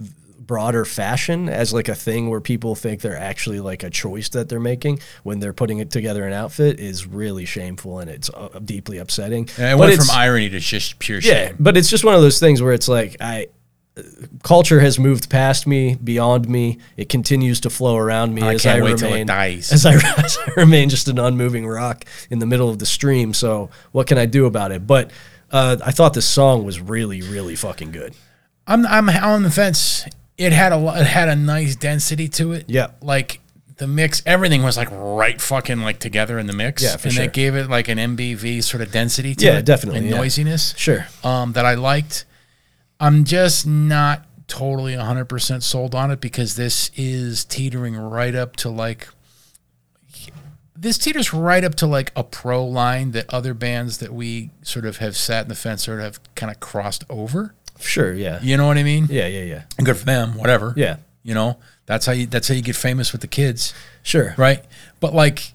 broader fashion as like a thing where people think they're actually like a choice that they're making when they're putting it together an outfit is really shameful and it's uh, deeply upsetting.
And it
But
went
it's-
from irony to just pure
yeah,
shame.
but it's just one of those things where it's like I culture has moved past me, beyond me. It continues to flow around me
I
as
can't
I
wait till it
remain
dies.
as I, as I remain just an unmoving rock in the middle of the stream. So what can I do about it? But uh, I thought this song was really, really fucking good.
I'm I'm on the fence. It had a lo- it had a nice density to it.
Yeah.
like the mix, everything was like right fucking like together in the mix.
Yeah, for
and
sure.
that gave it like an MBV sort of density to
Yeah,
it
definitely,
and
yeah.
noisiness.
Sure.
um, that I liked. I'm just not totally 100% sold on it because this is teetering right up to like this teeters right up to like a pro line that other bands that we sort of have sat in the fence sort of have kind of crossed over.
Sure. Yeah.
You know what I mean?
Yeah. Yeah. Yeah.
Good for them, whatever.
Yeah.
You know, that's how you that's how you get famous with the kids
Sure.
right? But like,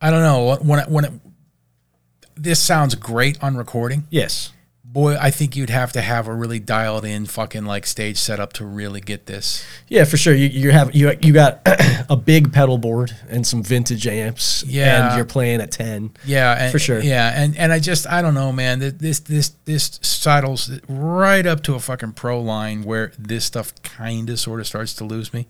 I don't know when it, when it, this sounds great on recording.
Yes.
Boy, I think you'd have to have a really dialed in fucking like stage setup to really get this.
Yeah, for sure. You you have you you got a big pedal board and some vintage amps.
Yeah.
And you're playing at ten.
Yeah, and,
For sure.
Yeah, and and I just I don't know, man. Th- This this this sidles right up to a fucking pro line where this stuff kind of sort of starts to lose me.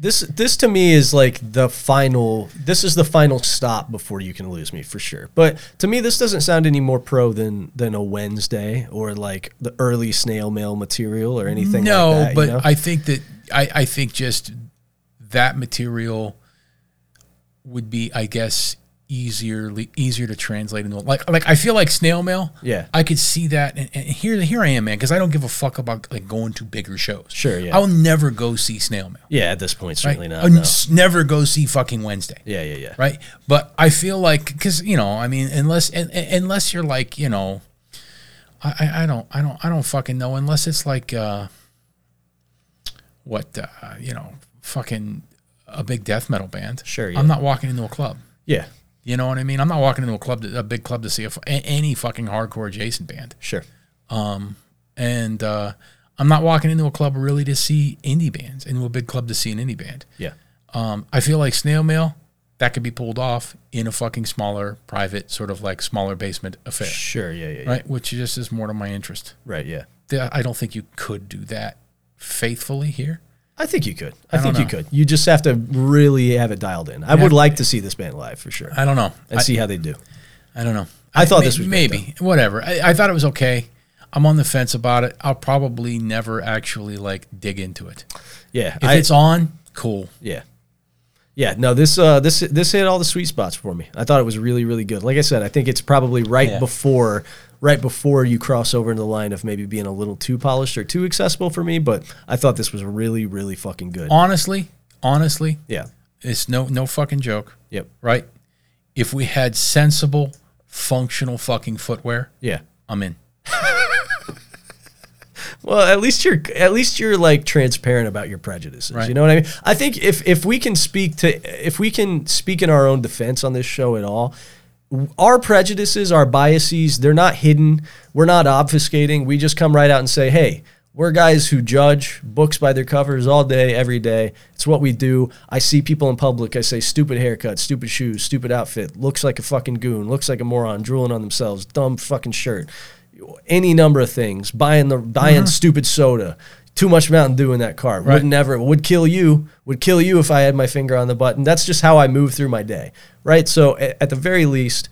This this to me is like the final. This is the final stop before you can lose me for sure. But to me, this doesn't sound any more pro than than a Wednesday or like the early snail mail material or anything.
No,
like that,
but
you know?
I think that I, I think just that material would be, I guess, easier easier to translate into like like I feel like snail mail.
Yeah.
I could see that, and, and here here I am, man, because I don't give a fuck about like going to bigger shows.
Sure, yeah.
I'll never go see snail mail.
yeah, at this point,
Right?
certainly
I'll
not. no.
s- never go see fucking Wednesday
Yeah, yeah, yeah.
right? But I feel like because you know, I mean, unless un- un- unless you're like you know, I, I I don't I don't I don't fucking know unless it's like uh, what uh, you know, fucking a big death metal band.
Sure, yeah.
I'm not walking into a club.
Yeah,
You know what I mean? I'm not walking into a club, to, a big club, to see a, fu- a- any fucking hardcore adjacent band,
sure.
and uh, I'm not walking into a club really to see indie bands, into a big club to see an indie band.
Yeah,
Um, I feel like snail mail that could be pulled off in a fucking smaller, private, sort of like smaller basement affair,
sure. Yeah, yeah, yeah. Right.
right? Which just is more to my interest.
yeah.
The- I don't think you could do that faithfully here.
I think you could. I,
don't
think you
know.
could. You just have to really have it dialed in. I would
have-
like to see this band live for sure
I don't know.
and
I,
see how they do.
I don't know.
I thought this was great,
maybe whatever. I, I thought it was okay. I'm on the fence about it. I'll probably never actually like dig into it.
Yeah,
If
I-
it's on, cool.
Yeah. Yeah, no, this uh, this this hit all the sweet spots for me. I thought it was really, really good. Like I said, I think it's probably right
Yeah.
before right before you cross over into the line of maybe being a little too polished or too accessible for me, but I thought this was really, really fucking good.
Honestly, honestly,
yeah.
it's no no fucking joke.
Yep.
right? If we had sensible, functional fucking footwear,
Yeah.
I'm in.
Well, at least you're at least you're like transparent about your prejudices.
Right.
You know what I mean? I think if if we can speak to if we can speak in our own defense on this show at all, w- our prejudices, our biases, they're not hidden. We're not obfuscating. We just come right out and say, "Hey, We're guys who judge books by their covers all day, every day. It's what we do. I see people in public. I say, stupid haircut, stupid shoes, stupid outfit, looks like a fucking goon, looks like a moron, drooling on themselves, dumb fucking shirt, any number of things, buying the buying stupid soda, too much Mountain Dew in that car. Would never would kill you. Would kill you if I had my finger on the button. That's just how I move through my day, right? So a- at the very least,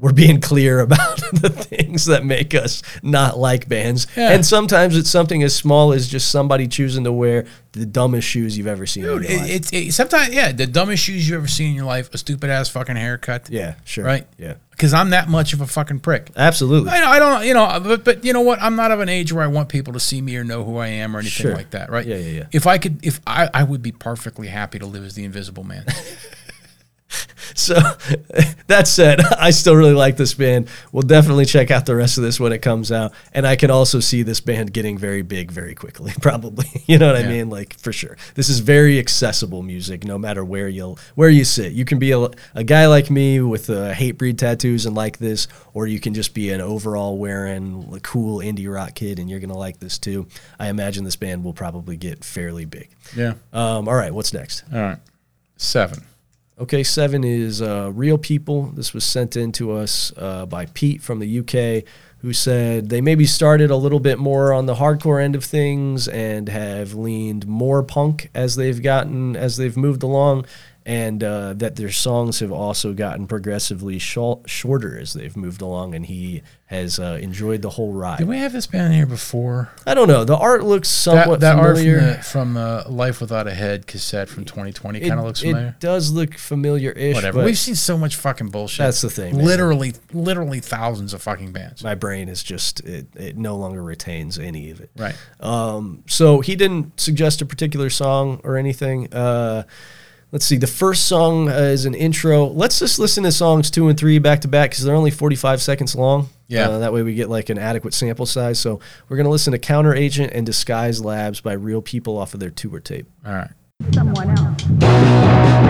we're being clear about the things that make us not like bands.
Yeah.
And sometimes it's something as small as just somebody choosing to wear the dumbest shoes you've ever seen.
Dude,
in your life.
it, it, it, sometimes, yeah, the dumbest shoes you've ever seen in your life, a stupid ass fucking haircut.
yeah, sure.
Right?
Yeah.
Because I'm that much of a fucking prick.
Absolutely.
I, I don't, you know, but, but you know what? I'm not of an age where I want people to see me or know who I am or anything
Sure.
like that, right?
Yeah, yeah, yeah.
If I could, if I, I would be perfectly happy to live as the Invisible Man.
So that said, I still really like this band. We'll definitely check out the rest of this when it comes out. And I can also see this band getting very big very quickly, probably. You know what I
Yeah.
mean? Like for sure. This is very accessible music no matter where you'll where you sit. You can be a, a guy like me with uh, hate breed tattoos and like this, or you can just be an overall wearing cool indie rock kid and you're gonna like this too. I imagine this band will probably get fairly big.
yeah.
Um, all right, what's next?
All right. Seven.
Okay, seven is uh, Real People. This was sent in to us uh, by Pete from the UK, who said they maybe started a little bit more on the hardcore end of things and have leaned more punk as they've gotten, as they've moved along, and uh, that their songs have also gotten progressively shol- shorter as they've moved along, and he has uh, enjoyed the whole ride.
Did we have this band here before?
I don't know. The art looks somewhat
That, that art from,
familiar.
the, from uh, Life Without a Head cassette from 2020
it,
kind of looks familiar.
it does look familiar-ish.
Whatever.
but-
We've seen so much fucking bullshit.
That's the thing, man.
Literally, literally thousands of fucking bands.
my brain is just it, it no longer retains any of it
Right.
so he didn't suggest a particular song or anything uh Let's see. The first song uh, is an intro. Let's just listen to songs two and three back to back because they're only 45 seconds long.
Yeah.
Uh, that way we get like an adequate sample size. So we're going to listen to Counter Agent and Disguise Labs by Real People off of their tour tape.
All right.
someone else.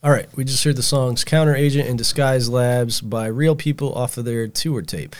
All right, we just heard the songs Counter Agent and Disguise Labs by Real People off of their tour tape.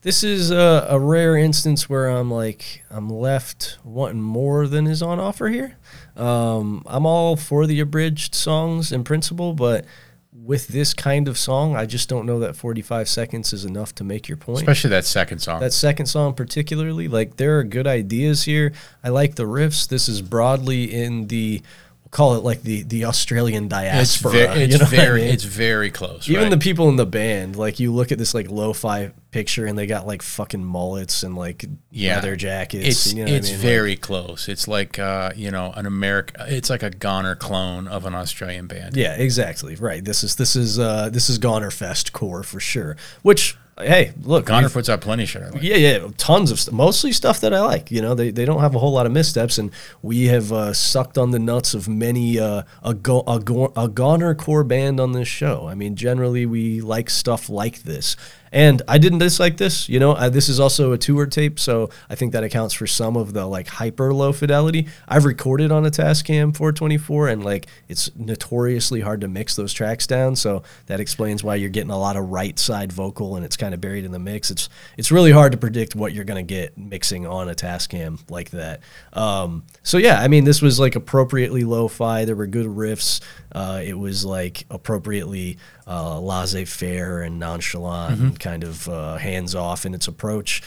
This is uh, a, a rare instance where I'm like, I'm left wanting more than is on offer here. Um, I'm all for the abridged songs in principle, but with this kind of song, I just don't know that 45 seconds is enough to make your point
Especially that second song.
that second song particularly like there are good ideas here i like the riffs this is broadly in the we'll call it like the the australian
it's
diaspora
very, it's
uh, you know what I
very,
mean?
it's very close.
even
right?
the people in the band like you look at this like lo-fi picture and they got like fucking mullets and like
Yeah.
leather jackets
it's
you know what I
it's
mean? Like,
very close. It's like uh, you know an American. It's like a Goner clone of an Australian band.
yeah exactly right this is this is uh this is goner fest core for sure which hey look
Goner
we've-
puts out plenty of shit. I like.
Yeah, yeah, tons of st- mostly stuff that I like. You know, they, they don't have a whole lot of missteps, and we have uh, sucked on the nuts of many uh, a go- a, go- a goner core band on this show. I mean, generally we like stuff like this. And I didn't dislike this. You know, I, this is also a tour tape, so I think that accounts for some of the like hyper low fidelity. I've recorded on a Tascam 424, and like it's notoriously hard to mix those tracks down. So that explains why you're getting a lot of right side vocal, and it's kind of buried in the mix. It's it's really hard to predict what you're gonna get mixing on a Tascam like that. Um, so yeah, I mean, this was like appropriately lo-fi. There were good riffs. Uh, it was like appropriately uh, laissez-faire and nonchalant, and kind of uh, hands-off in its approach.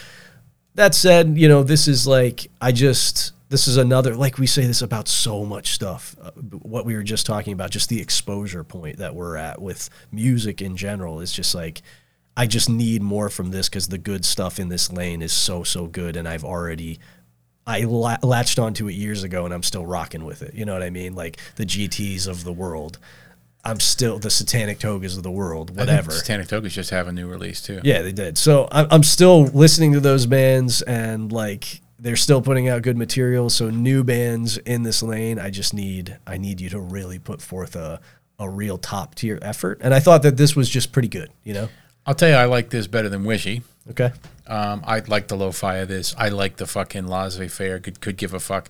That said, you know, this is like I just this is another like we say this about so much stuff. Uh, what we were just talking about, just the exposure point that we're at with music in general is just like. I just need more from this because the good stuff in this lane is so so good, and I've already I la- latched onto it years ago, and I'm still rocking with it. You know what I mean? Like the GTS of the world, I'm still the Satanic Togas of the world, whatever.
Satanic Togas just have a new release too.
Yeah, they did. So I- I'm still listening to those bands, and like they're still putting out good material. So new bands in this lane, I just need I need you to really put forth a a real top tier effort. And I thought that this was just pretty good. You know?
I'll tell you, I like this better than Wishy.
Okay.
Um, I like the lo-fi of this. I like the fucking laissez-faire. Could could give a fuck.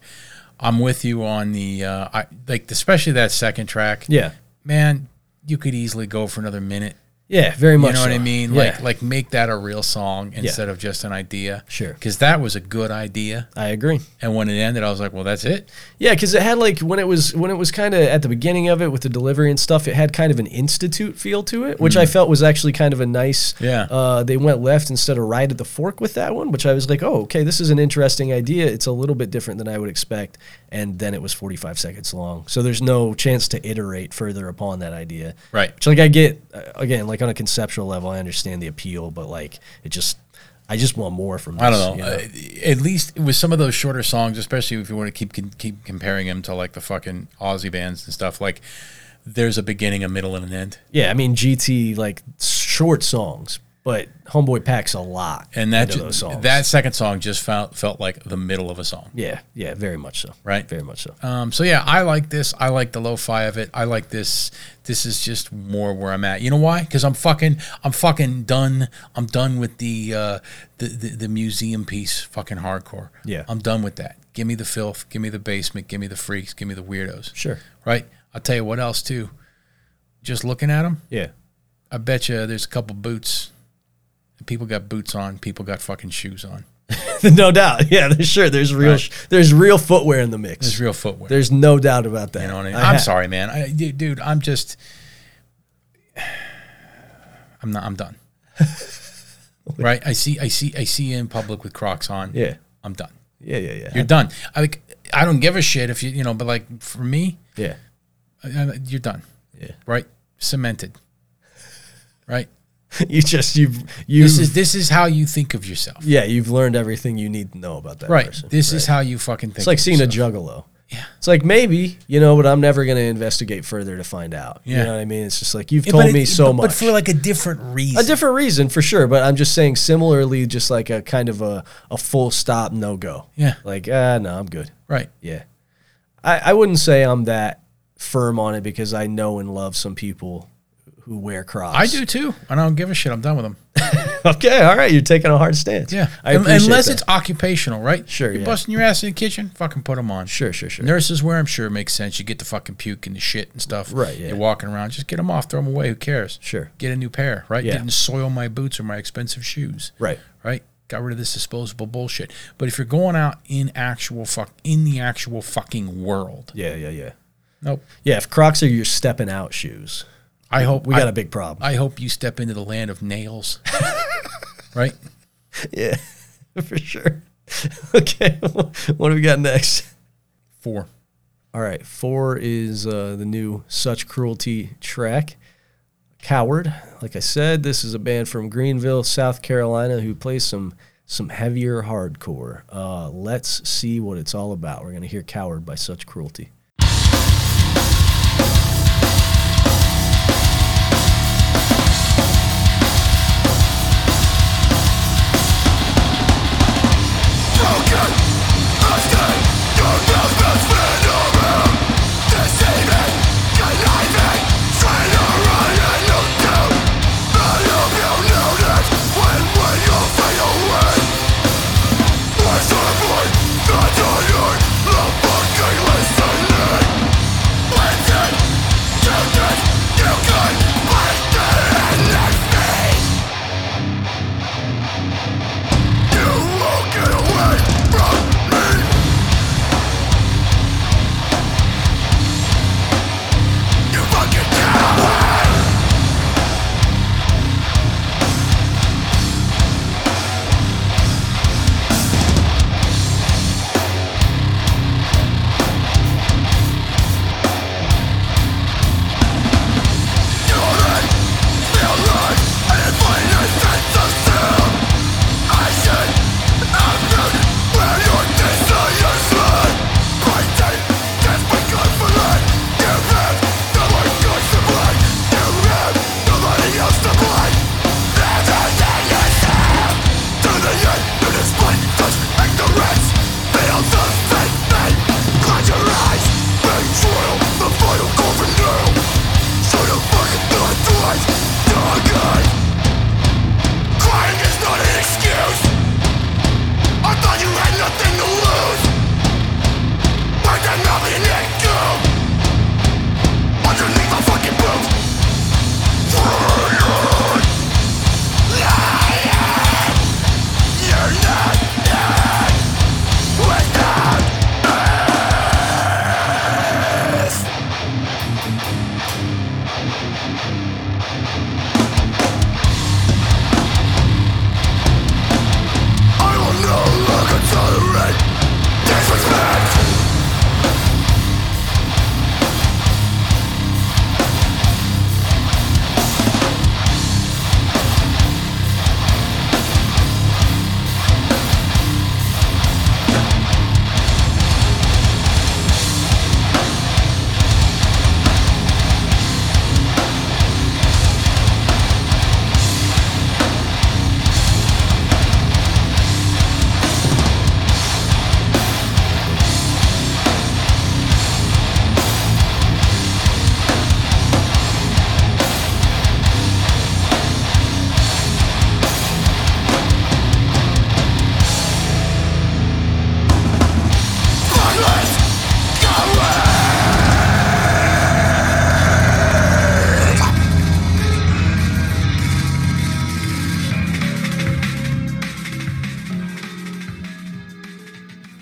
I'm with you on the uh, I like especially that second track.
Yeah.
man, you could easily go for another minute.
Yeah. Very
You
much.
know what I
so.
mean?
Yeah.
Like like make that a real song instead of just an idea.
Sure.
because that was a good idea.
I agree.
And when it ended, I was like, well, that's it.
Yeah, because it had like when it was when it was kind of at the beginning of it with the delivery and stuff, it had kind of an institute feel to it, which I felt was actually kind of a nice.
Mm. Yeah.
Uh, they went left instead of right at the fork with that one, which I was like, oh, okay, this is an interesting idea. It's a little bit different than I would expect. And then it was 45 seconds long, so there's no chance to iterate further upon that idea.
Right.
Which like I get uh, again, like on a conceptual level, I understand the appeal, but like it just, I just want more from. This,
I don't
you
know. Uh, at least with some of those shorter songs, especially if you want to keep con- keep comparing them to like the fucking Aussie bands and stuff, like there's a beginning, a middle, and an end.
Yeah, I mean GT like short songs, but Homeboy packs a lot.
And that
into those songs.
that second song just felt felt like the middle of a song.
yeah, yeah, very much so.
Right.
very much so.
Um, so yeah, I like this. I like the lo-fi of it. I like this. This is just more where I'm at. You know why? Because I'm fucking. I'm fucking done. I'm done with the, uh, the the the museum piece. Fucking hardcore.
Yeah.
I'm done with that. Give me the filth. Give me the basement. Give me the freaks. Give me the weirdos.
Sure.
Right. I'll tell you what else too. Just looking at them,
Yeah,
I bet you there's a couple boots. People got boots on. People got fucking shoes on.
no doubt. Yeah, there's sure there's real
Right.
there's real footwear in the mix.
There's real footwear.
There's no doubt about that.
You know what I mean?
I
I am
ha-
sorry, man. I, du- dude, I'm just, I'm not. I'm done. right? I see. I see. I see you in public with Crocs on.
Yeah.
I'm done.
Yeah, yeah, yeah.
You're done. I like. I don't give a shit if you, you know. But like for me,
yeah,
I, I, you're done.
Yeah.
Right. Cemented. Right.
you just you've you
This is this is how you think of yourself.
yeah you've learned everything you need to know about that.
Right.
person.
This is how you fucking think.
It's like
of
seeing a
yourself.
juggalo.
Yeah.
It's like maybe you know, but I'm never going to investigate further to find out. You
Yeah.
know what I mean? It's just like you've
Yeah, but
told
it-
me so
but-
much.
but for like a different reason.
a different reason for sure but i'm just saying similarly just like a kind of a, a full stop no go
Yeah.
like ah no i'm good
Right.
yeah I, I wouldn't say i'm that firm on it because i know and love some people who wear crocs
I do too, and I don't give a shit. I'm done with them.
okay all right you're taking a hard stance
Yeah,
i
Un-
appreciate
unless
that.
it's occupational, right?
Sure,
You're
yeah.
busting your ass in the kitchen. Fucking put them on.
sure sure sure
Nurses wear them. Sure, it makes sense. You get the fucking puke and the shit and stuff.
Right, yeah.
You're walking around. Just get them off. Throw them away. Who cares?
Sure.
Get a new pair. Right.
Yeah.
Didn't soil my boots or my expensive shoes.
Right.
Right. Got rid of this disposable bullshit. But if you're going out in actual fuck in the actual fucking world,
yeah yeah yeah
nope.
yeah if crocs are your stepping out shoes
I hope
we
I-
got a big problem
I hope you step into the land of nails. right.
yeah for sure okay what do we got next
Four.
All right, four is uh, the new Such Cruelty track. Coward, like I said, this is a band from Greenville, South Carolina, who plays some some heavier hardcore. Uh, let's see what it's all about. We're gonna hear Coward by Such Cruelty.
Trying to run and look down, but if you notice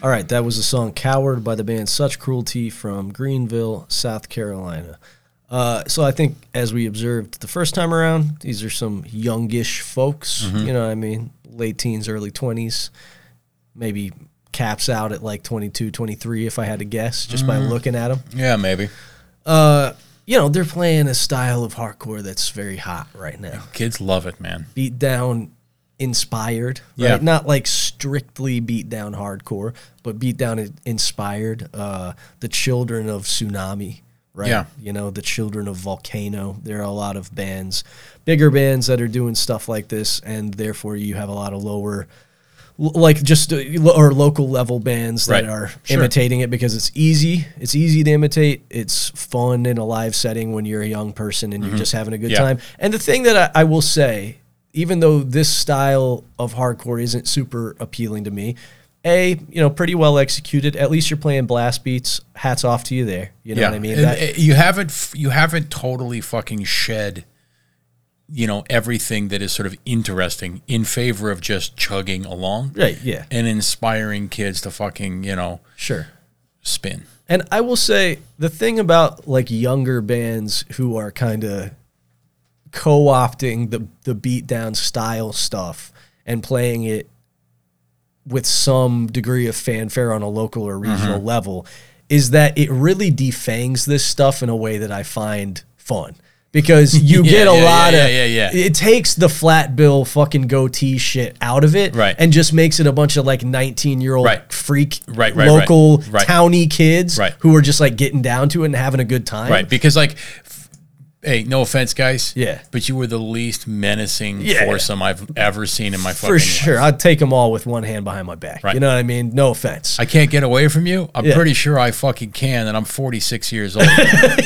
All right, that was the song Coward by the band Such Cruelty from Greenville, South Carolina. Uh, so I think, as we observed the first time around, these are some youngish folks. You know what I mean? Late teens, early 20s. Maybe caps out at like 22, 23, if I had to guess, just by looking at them.
Yeah, maybe.
You know, they're playing a style of hardcore that's very hot right now.
Kids love it, man.
Beat down inspired, right?
Yeah.
Not like strictly beat down hardcore, but beat down in- inspired. Uh, the children of tsunami, right?
Yeah.
You know, the children of volcano. There are a lot of bands, bigger bands that are doing stuff like this, and therefore you have a lot of lower. l- Like just uh, lo- or local level bands that
Right.
are
Sure.
imitating it because it's easy. It's easy to imitate. It's fun in a live setting when you're a young person and you're just having a good
Mm-hmm. Yeah.
time. And the thing that I, I will say, even though this style of hardcore isn't super appealing to me, a you know pretty well executed. At least you're playing blast beats. Hats off to you there. You know
yeah,
what I mean?
And,
That-
uh, you haven't f- you haven't totally fucking shed, you know, everything that is sort of interesting in favor of just chugging along,
right? Yeah.
and inspiring kids to fucking you know
Sure.
spin.
And I will say the thing about like younger bands who are kind of co-opting the the beatdown style stuff and playing it with some degree of fanfare on a local or regional
Mm-hmm.
level is that it really defangs this stuff in a way that I find fun because you
Yeah,
get a
yeah,
lot
yeah,
of
yeah, yeah, yeah.
it takes the flat bill fucking goatee shit out of it
Right.
and just makes it a bunch of like 19 year old
Right.
freak
Right, right, right,
local
right.
towny kids
Right.
who are just like getting down to it and having a good time.
Right, because like, f- hey, no offense, guys.
Yeah.
but you were the least menacing
Yeah.
foursome I've ever seen in my fucking
For sure.
life.
I'd take them all with one hand behind my back.
Right.
You know what I mean? No offense.
I can't get away from you. I'm
Yeah.
pretty sure I fucking can, and I'm 46 years old.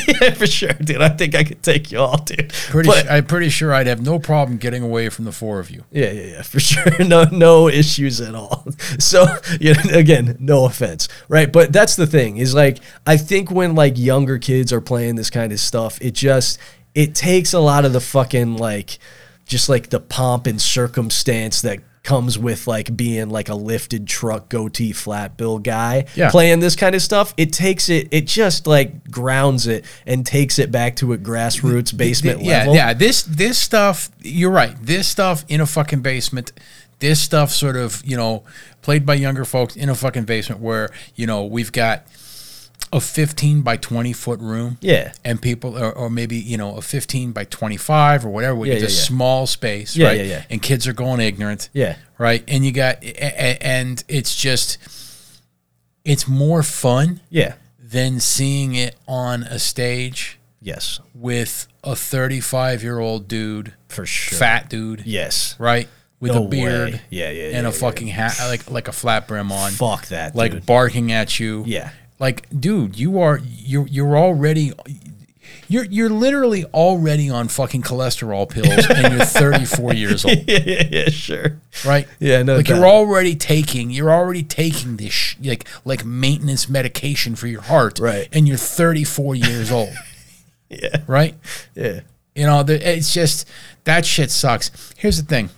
yeah, for sure, dude. I think I could take you all, dude.
Pretty,
But-
su- I'm pretty sure I'd have no problem getting away from the four of you.
Yeah, yeah, yeah, for sure. No, no issues at all. So, you know, again, no offense, right? But that's the thing is like, I think when like younger kids are playing this kind of stuff, it just it takes a lot of the fucking like, just like the pomp and circumstance that comes with like being like a lifted truck goatee flat bill guy
Yeah.
playing this kind of stuff it takes it it just like grounds it and takes it back to a grassroots basement
yeah,
level
yeah. This this stuff, you're right. This stuff in a fucking basement. This stuff sort of, you know, played by younger folks in a fucking basement where, you know, we've got a 15 by 20 foot room.
Yeah.
And people, or, or maybe, you know, a 15 by 25 or whatever, with
Yeah,
just
yeah, yeah.
small space,
Yeah,
right?
yeah, yeah.
And kids are going ignorant.
Yeah.
Right. And you got, a- a- and it's just, it's more fun
yeah
than seeing it on a stage
yes
with a 35 year old dude,
for sure
fat dude,
yes
right, with
No
a beard,
way. Yeah, yeah,
and
yeah,
a fucking hat, like like a flat brim on,
Fuck that.
like
dude.
barking at you,
Yeah.
like dude, you are you you're already. You're, you're literally already on fucking cholesterol pills and you're 34 years old,
yeah, yeah, yeah, sure.
right?
Yeah, no
Like
doubt.
you're already taking you're already taking this sh- like like maintenance medication for your heart,
Right.
And you're 34 years old,
Yeah,
right?
yeah,
You know, the, it's just that shit sucks. Here's the thing.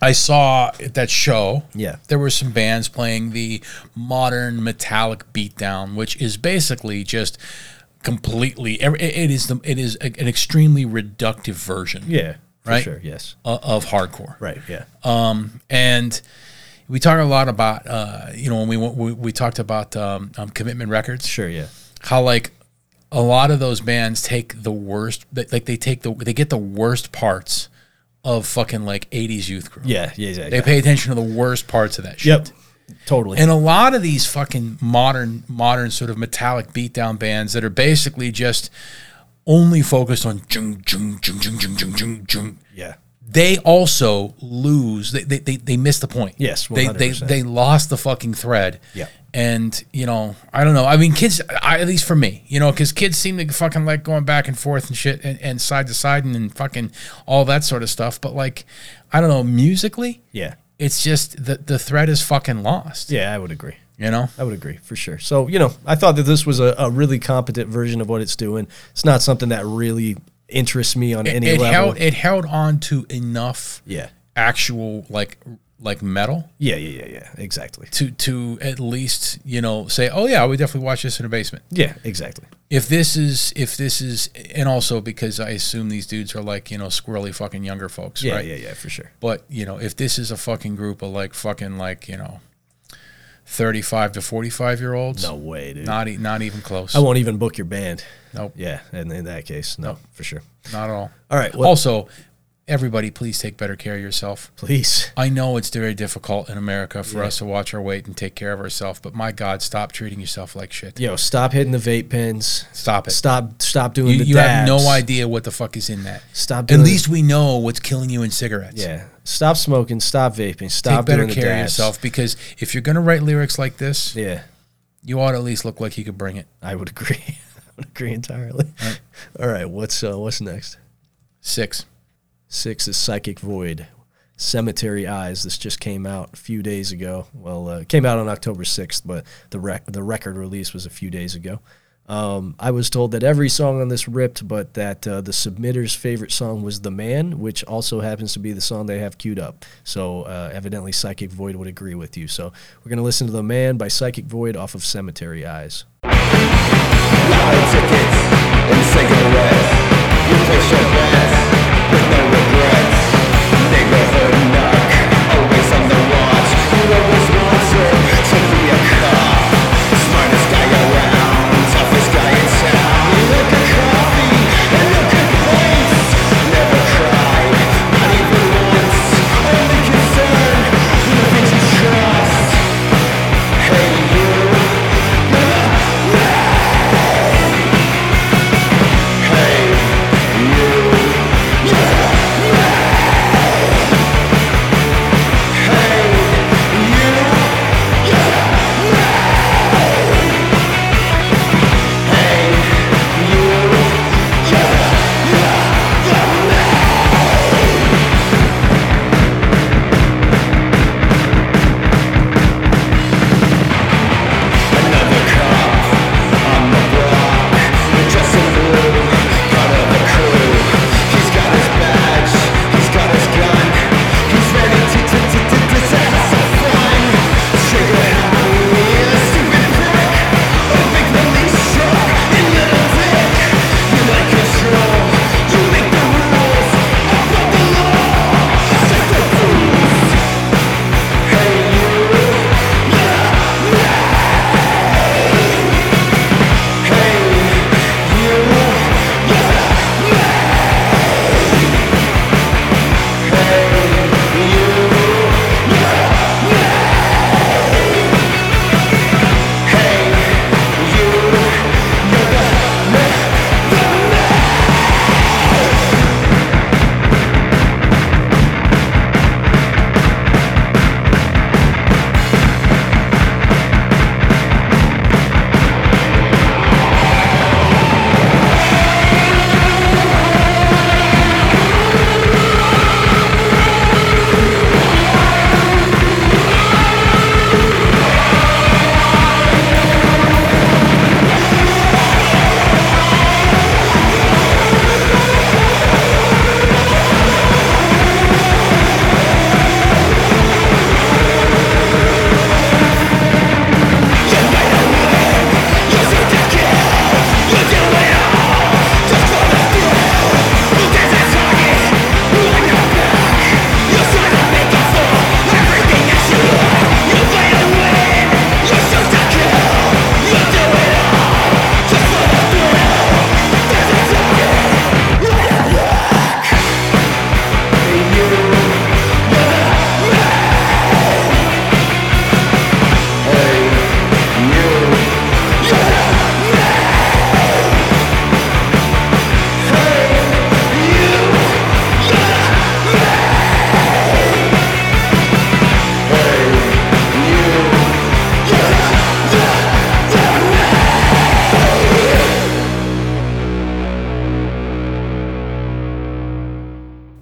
I saw at that show.
Yeah.
There were some bands playing the modern metallic beatdown, which is basically just completely every- it it is the it is a- an extremely reductive version
yeah. For
Right?
Sure. Yes. Uh,
o- of hardcore.
Right. Yeah.
And we talk a lot about uh, you know when we went- we, we talked about um, um, commitment records
Sure. Yeah.
how like a lot of those bands take the worst they- like they take the they get the worst parts of fucking like 80s youth group
Yeah. Yeah. Yeah.
they
yeah.
pay attention to the worst parts of that shit
Yep. Totally.
and a lot of these fucking modern modern sort of metallic beatdown bands that are basically just only focused on jung jung jung jung jung jung jung jung
yeah.
they also lose. They they, they, they missed the point.
Yes,
they they
100%.
they lost the fucking thread.
Yeah.
and you know I don't know. I mean, kids. I, at least for me, you know, because kids seem to fucking like going back and forth and shit and, and side to side and, and fucking all that sort of stuff. But like, I don't know, musically,
Yeah.
it's just the the thread is fucking lost.
Yeah. I would agree.
you know.
I would agree for sure. So you know, I thought that this was a, a really competent version of what it's doing. It's not something that really interests me on any
it
level.
held it held on to enough
yeah.
actual like like metal
Yeah, yeah, yeah, yeah. Exactly.
to to at least you know say, oh yeah, I would definitely watch this in a basement.
Yeah, exactly.
If this is if this is, and also because I assume these dudes are like you know squirrely fucking younger folks,
Yeah,
right?
yeah, yeah, for sure.
But you know, if this is a fucking group of like fucking like you know, thirty-five to forty-five year olds,
No way, dude.
not e- not even close.
I won't even book your band.
Nope.
Yeah, and in that case, no, Oh, for sure.
not at all.
All right. Well,
also, everybody, please take better care of yourself.
please.
I know it's very difficult in America for us to watch our weight and take care of ourselves, but my God, stop treating yourself like shit.
Yo, stop hitting the vape pens.
Stop it.
Stop stop doing
You,
the
you have
dabs.
no idea what the fuck is in that.
Stop
At
doing
least we know what's killing you in cigarettes.
Yeah. Stop smoking, stop vaping,
Take
stop
better
doing the
care of
dabs.
yourself because if you're going to write lyrics like this,
Yeah.
you ought to at least look like you could bring it.
I would agree. I would agree entirely. All right, what's uh, what's next?
Six.
Six is Psychic Void, Cemetery Eyes. This just came out a few days ago. Well, uh, it came out on October 6th, but the rec- the record release was a few days ago. Um, I was told that every song on this ripped, but that uh, the submitter's favorite song was The Man, which also happens to be the song they have queued up. So uh, evidently Psychic Void would agree with you. So we're going to listen to The Man by Psychic Void off of Cemetery Eyes.
Lottery tickets and cigarettes. You push your best with no regrets. Neighborhood knock, always on the watch. You always wanted to be a cop. Smartest guy around, toughest guy in town. You look a coffee and look a place. Never cried, not even once. Only concern, you think you trust. Hey you, Another cop on the block, dressed in blue, part of the crew. He's got his badge, he's got his gun, he's ready to to to to to to have some fun. Trigger happy, stupid prick, a big release shark in little dick. You like control, you make the rules, I break the law, set the rules. Hey you,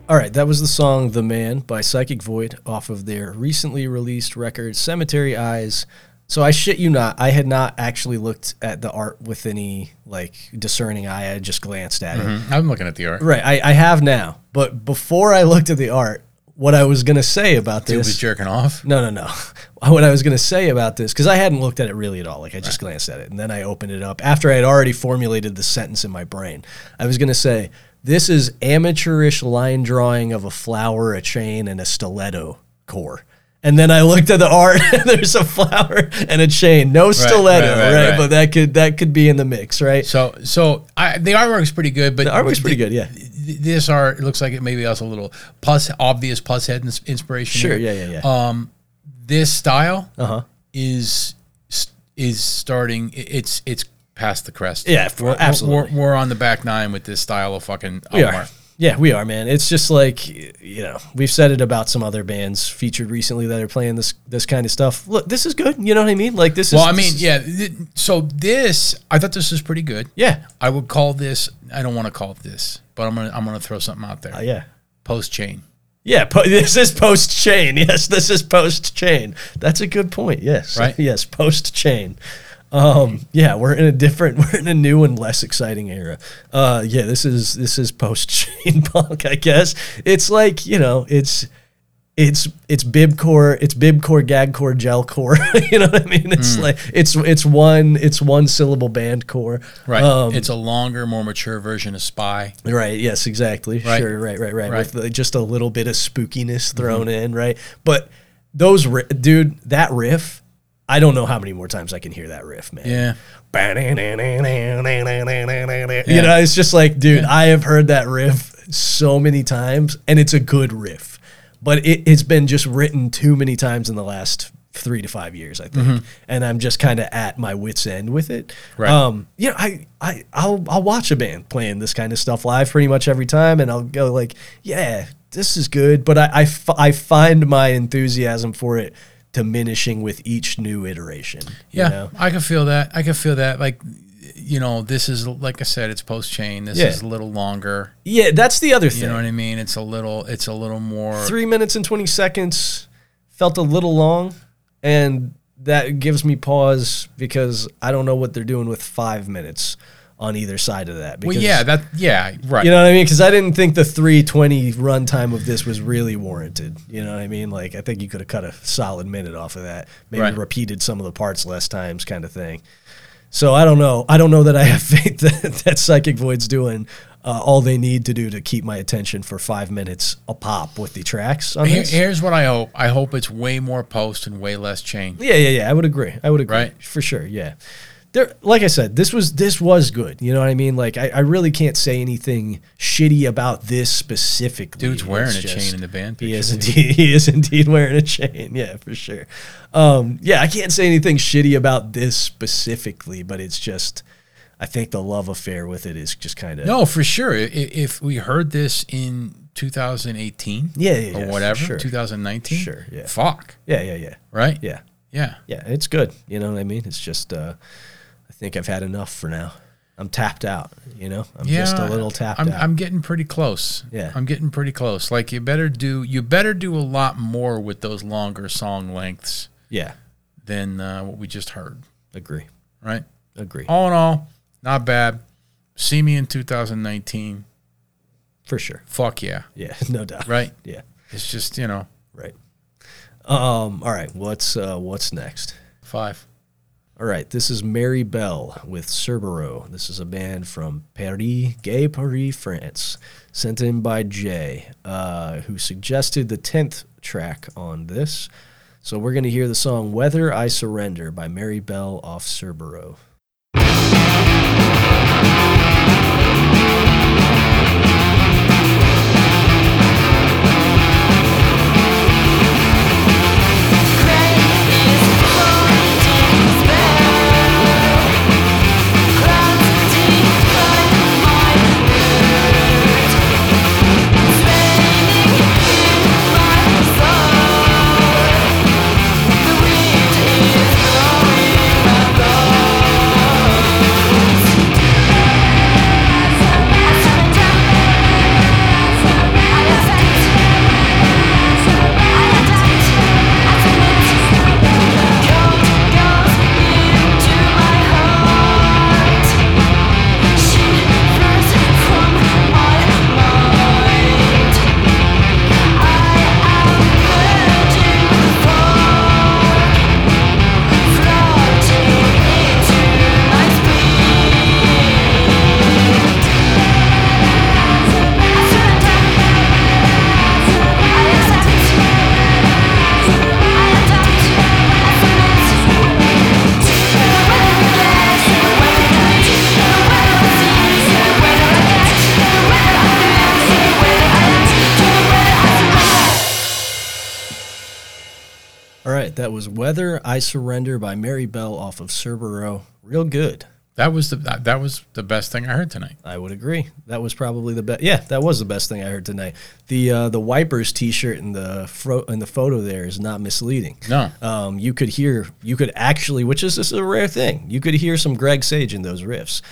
All right, that was the song The Man by Psychic Void off of their recently released record Cemetery Eyes. So I shit you not, I had not actually looked at the art with any like discerning eye.
Mm-hmm.
I just glanced at it.
I'm looking at the art.
Right, I, I have now. But before I looked at the art, what I was gonna say about
Dude was
this.
jerking off.
No, no, no. What I was going to say about this, because I hadn't looked at it really at all. Like, I just glanced at it and then I opened it up after I had already formulated the sentence in my brain. I was going to say, this is amateurish line drawing of a flower, a chain, and a stiletto core. And then I looked at the art and there's a flower and a chain. No stiletto,
right,
right,
right, right.
But that could that could be in the mix, right?
So, so I, the artwork's pretty good, but
The artwork's pretty good, yeah.
th- This art it looks like it maybe has a little plus obvious plus head ins- inspiration.
Sure,
here.
yeah, yeah, yeah.
This style
Uh-huh.
is is starting. i- It's it's past the crest.
Yeah, for-
We're- we're-
absolutely.
We're, we're on the back nine with this style of fucking
We
of
are.
art.
Yeah, we are, man. It's just like you know, we've said it about some other bands featured recently that are playing this this kind of stuff. Look, this is good. You know what I mean? Like this is.
Well, I mean,
this is-
yeah. th- So this, I thought this was pretty good.
yeah,
I would call this. I don't want to call it this, but I'm gonna I'm gonna throw something out there.
Uh, yeah,
Post chain.
yeah. Po- this is post chain. Yes, this is post chain. That's a good point. Yes,
Right?
Yes, post chain. Um, yeah, we're in a different, we're in a new and less exciting era. Uh, yeah, this is this is post chain punk. I guess it's like you know, it's it's it's bibcore, it's bibcore, gagcore, gelcore. you know what I mean?
Mm.
It's like it's it's one it's one syllable band core.
Right.
Um,
it's a longer, more mature version of Spy.
right. Yes. Exactly.
Right.
Sure. Right. Right. Right.
Right. Mm-hmm.
With like, just a little bit of spookiness thrown in. Right. But those ri- dude, that riff. I don't know how many more times I can hear that riff, man.
Yeah.
You know, it's just like, dude, I have heard that riff so many times, and it's a good riff, but it, it's been just written too many times in the last three to five years, I think. And I'm just kind of at my wits' end with it.
Mm-hmm. Right.
Um, you know, I, I, I'll, I'll watch a band playing this kind of stuff live pretty much every time, and I'll go like, yeah, this is good, but I, I, f- I find my enthusiasm for it diminishing with each new iteration. you
Yeah.
know?
I can feel that. I can feel that. Like, you know, this is like I said, it's post chain. This
Yeah.
is a little longer.
Yeah, that's the other thing.
You know what I mean? It's a little. It's a little more.
Three minutes and 20 seconds felt a little long, and that gives me pause because I don't know what they're doing with five minutes on either side of that.
well,
Because,
yeah. That. Yeah. Right.
You know what I mean? Because I didn't think the 320 runtime of this was really warranted. You know what I mean? Like, I think you could have cut a solid minute off of that, maybe
Right.
repeated some of the parts less times, kind of thing. So I don't know. I don't know that I have faith that, that Psychic Void's doing uh, all they need to do to keep my attention for five minutes a pop with the tracks on
Here-
this.
here's what I hope. I hope it's way more post and way less chain.
Yeah, yeah, yeah. I would agree. I would agree.
Right?
For sure. Yeah. There like I said, this was this was good. You know what I mean? Like I, I really can't say anything shitty about this specifically.
Dude's wearing
It's
a
just-
chain in the band.
He
picture.
is indeed he is indeed wearing a chain. Yeah, for sure. Um yeah, I can't say anything shitty about this specifically, but it's just I think the love affair with it is just kind of
No, for sure. I- i- If we heard this in 2018,
Yeah, yeah,
or
yeah,
whatever,
sure.
2019,
Sure, yeah.
fuck,
Yeah, yeah, yeah.
right?
Yeah.
yeah.
Yeah, it's good. You know what I mean? It's just uh I think I've had enough for now. I'm tapped out, you know? I'm just a little tapped
I'm,
out.
I'm getting pretty close.
Yeah.
I'm getting pretty close. Like you better do you better do a lot more with those longer song lengths
Yeah,
than uh, what we just heard.
agree,
Right.
agree
All in all, not bad. See me in 2019.
for sure.
Fuck yeah.
Yeah, no doubt.
Right.
Yeah,
It's just you know
right. Um. All right. What's uh, What's next?
five.
All right. This is Mary Bell with Cerbero. This is a band from Paris, Gay Paris, France, sent in by Jay, uh, who suggested the tenth track on this. So we're gonna hear the song "Whether I Surrender" by Mary Bell off Cerbero.
The wind is blowing my bones
right, that was "Whether I Surrender" by Mary Bell off of Cerbero. Real good.
That was the that, that was the best thing I heard tonight.
I would agree. That was probably the best. Yeah, that was the best thing I heard tonight. The uh, the wipers T-shirt in the fro- in the photo there is not misleading.
No.
um, you could hear you could actually, which is this is a rare thing. You could hear some Greg Sage in those riffs.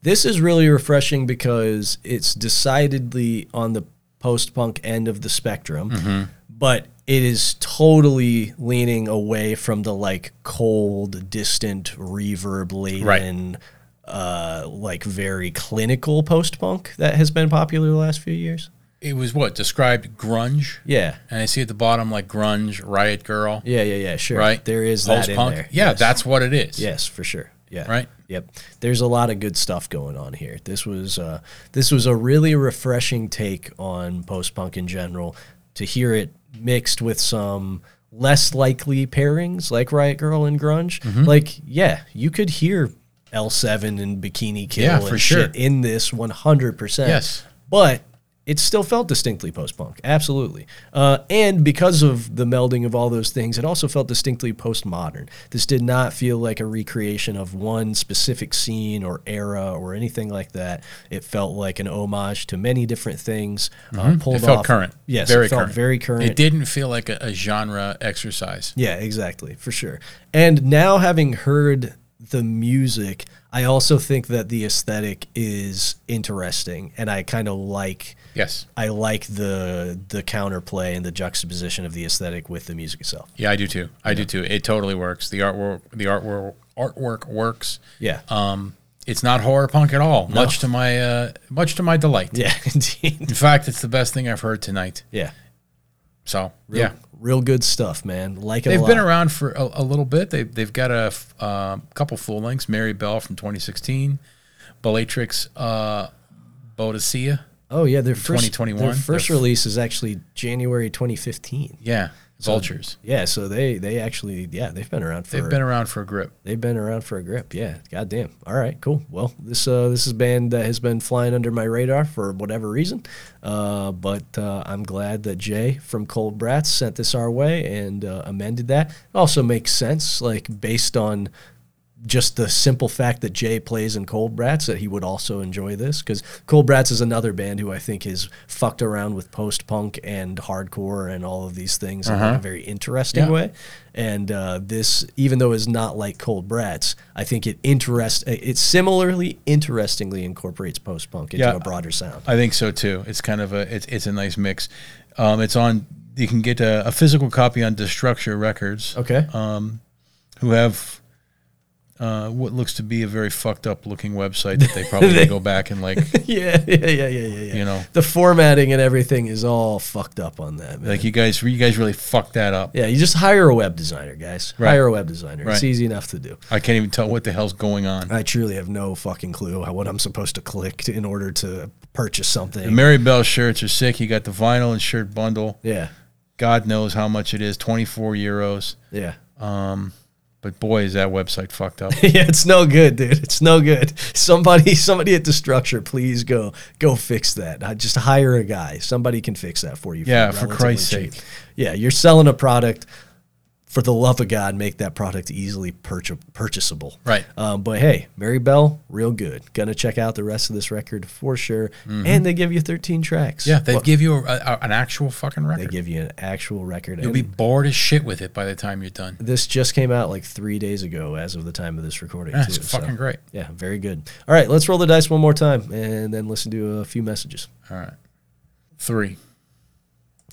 This is really refreshing because it's decidedly on the post punk end of the spectrum, but it is totally leaning away from the like cold, distant, reverb laden
Right.
and uh, like very clinical post punk that has been popular the last few years.
It was what described grunge.
Yeah,
And I see at the bottom like grunge, riot girl.
yeah, yeah, yeah. Sure,
Right.
There is that in
Post-punk.
there.
Yeah,
Yes.
that's what it is.
yes, for sure. Yeah,
Right.
Yep. There's a lot of good stuff going on here. This was uh, this was a really refreshing take on post punk in general. To hear it mixed with some less likely pairings like Riot Girl and grunge,
Mm-hmm.
like yeah, you could hear L7 and Bikini Kill
Yeah,
and
for
shit
sure.
in this 100%.
Yes.
But it still felt distinctly post punk. Absolutely. Uh, and because of the melding of all those things, it also felt distinctly post modern. This did not feel like a recreation of one specific scene or era or anything like that. It felt like an homage to many different things. Uh, pulled
Mm-hmm. It felt
off-
current.
Yes.
very
it felt
current.
very current.
It didn't feel like a, a genre exercise.
Yeah, exactly, for sure. And now having heard the music, I also think that the aesthetic is interesting and I kind of like
Yes.
I like the the counterplay and the juxtaposition of the aesthetic with the music itself.
Yeah, I do too. I do too. It totally works. The artwork, the artwork, artwork works.
Yeah.
Um, it's not horror punk at all. Much to my, uh, much to my delight.
yeah, indeed.
In fact, it's the best thing I've heard tonight.
Yeah.
So
Real,
yeah,
Real good stuff, man. Like it a
they've
lot.
been around for a, a little bit. They they've got a f- uh, couple full lengths. Mary Bell from 2016, Bellatrix uh, Boadicea.
Oh yeah, their first
2021.
Their first
They're f-
release is actually January 2015.
Yeah, Vultures.
Yeah, so they they actually yeah, they've been around for
They've been around for a grip.
They've been around for a grip, yeah. Goddamn. All right, cool. Well, this uh, this is a band that has been flying under my radar for whatever reason, uh, but uh, I'm glad that Jay from Cold Brats sent this our way and uh, amended that. It also makes sense, like based on just the simple fact that Jay plays in Cold Brats that he would also enjoy this because Cold Brats is another band who I think has fucked around with post punk and hardcore and all of these things in like a very interesting
Uh-huh. Yeah.
way. And uh, this, even though it's not like Cold Brats, I think it interest it similarly interestingly incorporates post punk into
Yeah.
a broader sound.
I think so too. It's kind of a it's it's a nice mix. Um, it's on. You can get a, a physical copy on Destructure Records,
Okay,
who have uh, what looks to be a very fucked up looking website that they probably can go back and like
yeah, yeah, yeah, yeah, yeah, yeah.
you know.
the formatting and everything is all fucked up on that. Man.
like you guys you guys really fucked that up.
yeah, you just hire a web designer, guys.
Right.
Hire a web designer. It's
Right.
easy enough to do.
I can't even tell what the hell's going on.
I truly have no fucking clue how, what I'm supposed to click to, in order to purchase
The
something.
Mary Bell shirts are sick. You got the vinyl and shirt bundle.
yeah,
God knows how much it is, 24 euros.
yeah,
Uh, But boy, is that website fucked up.
yeah. It's no good, dude. It's no good. Somebody, somebody at the structure, please go, go fix that. I just hire a guy. Somebody can fix that for you.
Yeah, for
relatively
Christ's
cheap.
sake.
Yeah, you're selling a product. For the love of God, make that product easily purcha- purchasable.
Right.
Um, but hey, Mary Bell, real good. Gonna check out the rest of this record for sure. And they give you 13 tracks.
Mm-hmm. Yeah, they
Well,
give you a, a- an actual fucking
they
record.
give you an actual record.
You'll
and
be bored as shit with it by the time you're done.
this just came out like three days ago as of the time of this recording
Yeah, it's
too, so-
fucking great.
yeah very good all right let's roll the dice one more time and then listen to a few messages
All right. Three.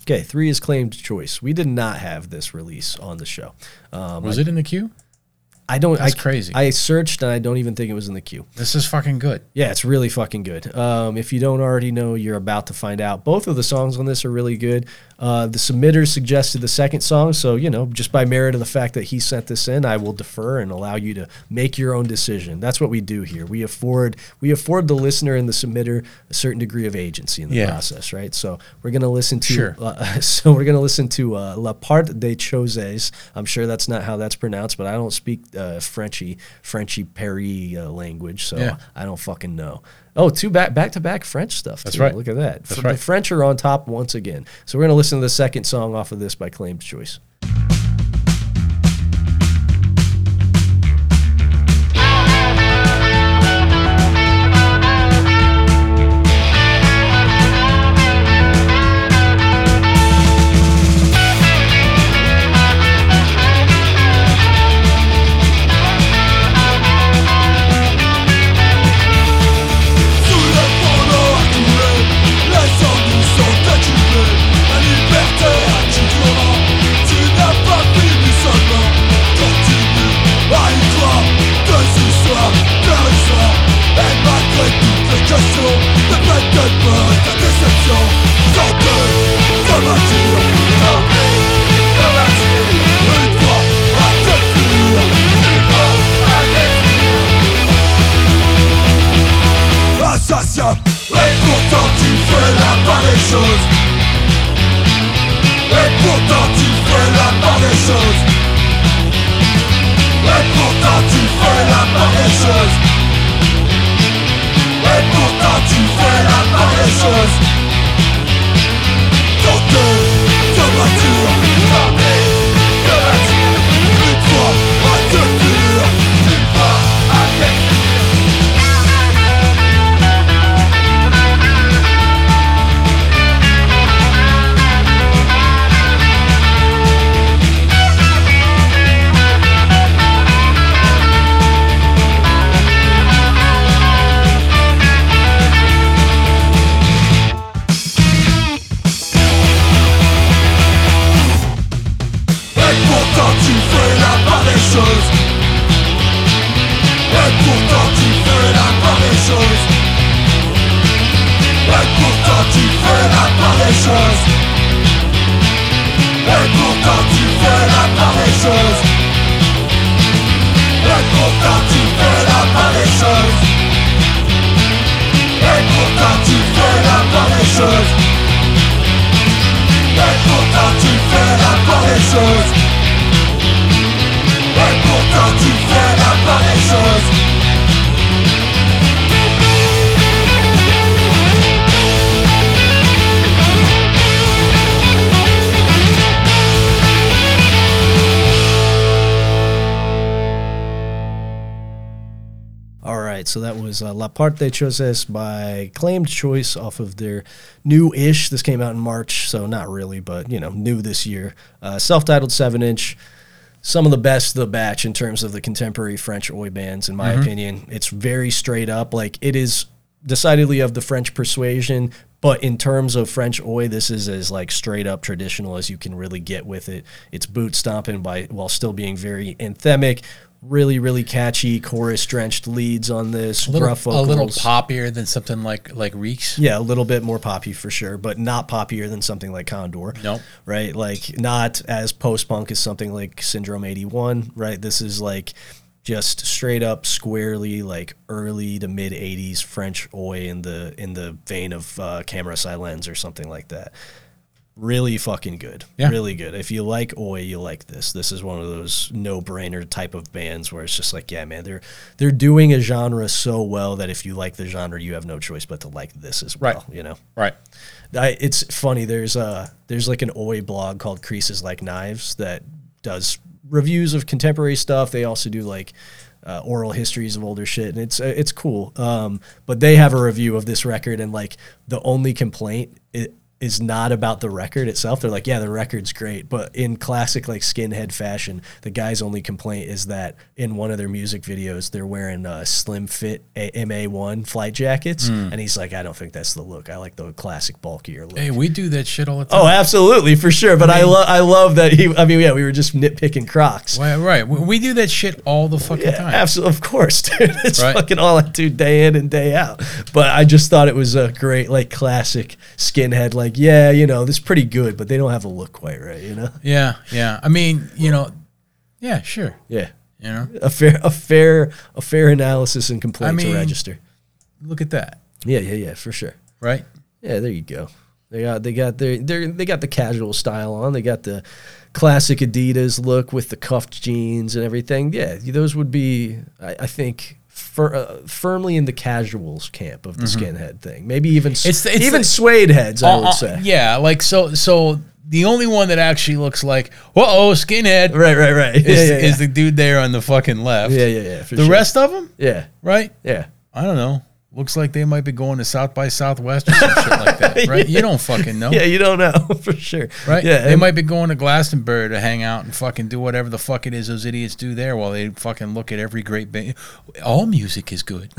okay three is claimed choice we did not have this release on the show um,
Was it in the queue?
i don't
That's
I,
crazy.
i searched and i don't even think it was in the queue
This is fucking good.
Yeah, it's really fucking good. Um, if you don't already know, you're about to find out. Both of the songs on this are really good. Uh, the submitters suggested the second song, so you know, just by merit of the fact that he sent this in, I will defer and allow you to make your own decision. That's what we do here. We afford we afford the listener and the submitter a certain degree of agency in the
Yeah.
process, right? So we're gonna listen to
Sure.
uh, so we're gonna listen to uh, La Part des Choses. I'm sure that's not how that's pronounced, but I don't speak uh, Frenchy Frenchy Perry uh, language, so
Yeah.
I don't fucking know. Oh, two back back to back French stuff.
That's
too.
right.
Look at that.
That's
F- The
right.
French are on top once again. So we're gonna listen to the second song off of this by Claimed Choice.
Assassin, et pourtant tu fais la part des choses Et pourtant tu fais la part des choses Et pourtant tu fais la part des choses Et pourtant tu fais la part des choses Tenter de bâtir Tenter de bâtir Une fois à te fuir Une fois à te Et pourtant tu fais la part des choses Et pourtant tu fais la part des choses Et pourtant tu fais la part des choses Et pourtant tu fais la part des choses Et pourtant tu fais la part des choses Et pourtant tu fais la part des choses et pourtant tu fais la part des choses Et pourtant tu fais la part des choses
All right, so that was uh, La Parte Choices by Claimed Choice off of their new ish. This came out in March, so not really, but you know, new this year. Uh, Self titled 7 inch. Some of the best of the batch in terms of the contemporary French oi bands, in my
Mm-hmm.
opinion. It's very straight up. Like, it is decidedly of the French persuasion, but in terms of French oi, this is as like straight up traditional as you can really get with it. It's boot stomping by while still being very anthemic. Really, really catchy chorus drenched leads on this.
A little,
gruff
a little
vocals.
poppier than something like like Reeks.
Yeah, a little bit more poppy for sure, but not poppier than something like Condor.
Nope.
Right? Like, not as post punk as something like Syndrome 81, right? This is like just straight up squarely like early to mid 80s French oi in the in the vein of uh, Camera Silence or something like that. Really fucking good.
Yeah.
Really good. If you like Oi, you like this. This is one of those no-brainer type of bands where it's just like, yeah, man, they're they're doing a genre so well that if you like the genre, you have no choice but to like this as
Right.
well. You know,
Right.
I, it's funny. There's uh there's like an Oi blog called Creases Like Knives that does reviews of contemporary stuff. They also do like uh, oral histories of older shit, and it's uh, it's cool. Um, but they have a review of this record, and like the only complaint i- is not about the record itself. They're like, yeah, the record's great, but in classic like skinhead fashion, the guy's only complaint is that in one of their music videos, they're wearing uh, slim fit A- MA1 flight jackets, and he's like, I don't think that's the look. I like the classic bulkier look.
Hey, we do that shit all the time.
Oh, absolutely, for sure. But I, love, I love that he. I mean, yeah, we were just nitpicking Crocs.
Right, right. We, we do that shit all the fucking time.
Absolutely, of course, dude. It's
Right.
fucking all I do day in and day out. But I just thought it was a great, like, classic skinhead. Like, yeah, you know, this is pretty good, but they don't have a look quite right, you know.
Yeah, yeah. I mean, you know, yeah, sure.
Yeah,
You know,
a fair, a fair, a fair analysis and complaint
I mean-
to register.
look at that,
Yeah, yeah, yeah, for sure.
right?
Yeah, there you go. They got they got their they they got the casual style on. They got the classic Adidas look with the cuffed jeans and everything. Yeah, those would be I, I think fir, uh, firmly in the casuals camp of the skinhead thing. Maybe even s-
Mm-hmm. It's the- it's
even
the-
suede heads. I would
Uh, uh,
say.
yeah, like so. So the only one that actually looks like, whoa, skinhead,
Right, right, right. Yeah,
is,
yeah, yeah.
is the dude there on the fucking left.
yeah, yeah, yeah. for
The
sure.
rest of them,
Yeah,
right?
yeah.
I don't know. Looks like they might be going to South by Southwest or some shit like that, right? You don't fucking know.
Yeah, you don't know for sure.
Oh. Right?
Yeah,
They
and-
might be going to Glastonbury to hang out and fucking do whatever the fuck it is those idiots do there while they fucking look at every great band. All music is good.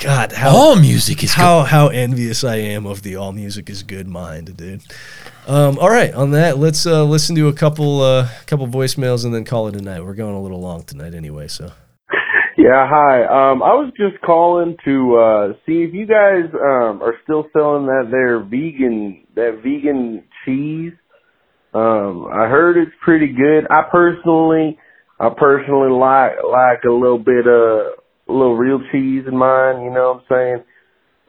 God, how
All music is
how how envious I am of the all music is good mind, dude. Um, all right, on that, let's uh, listen to a couple uh, couple voicemails and then call it a night. We're going a little long tonight anyway, so.
Yeah, Yeah, hi. Um, I was just calling to uh, see if you guys um, are still selling that there vegan that vegan cheese. Um, I heard it's pretty good. I personally, I personally like like a little bit of a little real cheese in mine. You know what I'm saying?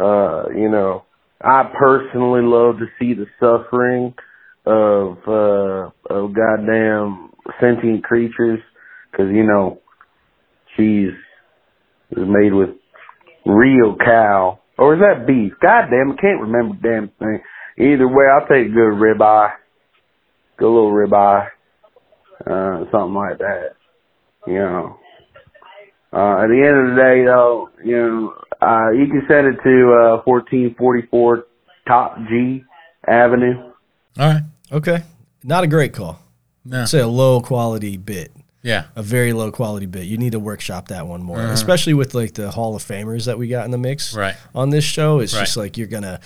Uh, you know, I personally love to see the suffering of uh, of goddamn sentient creatures because you know cheese is made with real cow. Or is that beef? God damn, I can't remember the damn thing. Either way, I'll take a good ribeye. Good little ribeye. Uh, something like that. You know. Uh, at the end of the day though, you know, uh, you can send it to, uh, 1444 Top G Avenue.
All right.
Okay. Not a great call.
No.
It's a low quality bit.
Yeah.
a very low quality bit. You need to workshop that one more, especially with like the Hall of Famers that we got in the mix
Uh-huh. Right.
on this show. It's
Right.
just like you're gonna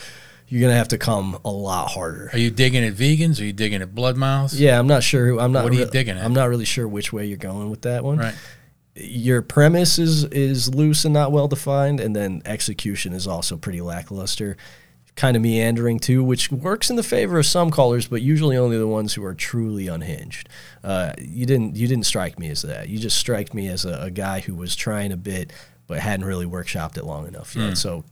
you're gonna have to come a lot harder.
Are you digging at vegans? Are you digging at blood mouths?
Yeah, I'm not sure. who- I'm not.
What are you
rea-
digging at?
I'm not really sure which way you're going with that one.
Right.
Your premise is is loose and not well defined, and then execution is also pretty lackluster, kind of meandering too, which works in the favor of some callers, but usually only the ones who are truly unhinged. Uh, you didn't you didn't strike me as that. You just strike me as a, a guy who was trying a bit but hadn't really workshopped it long enough yet. So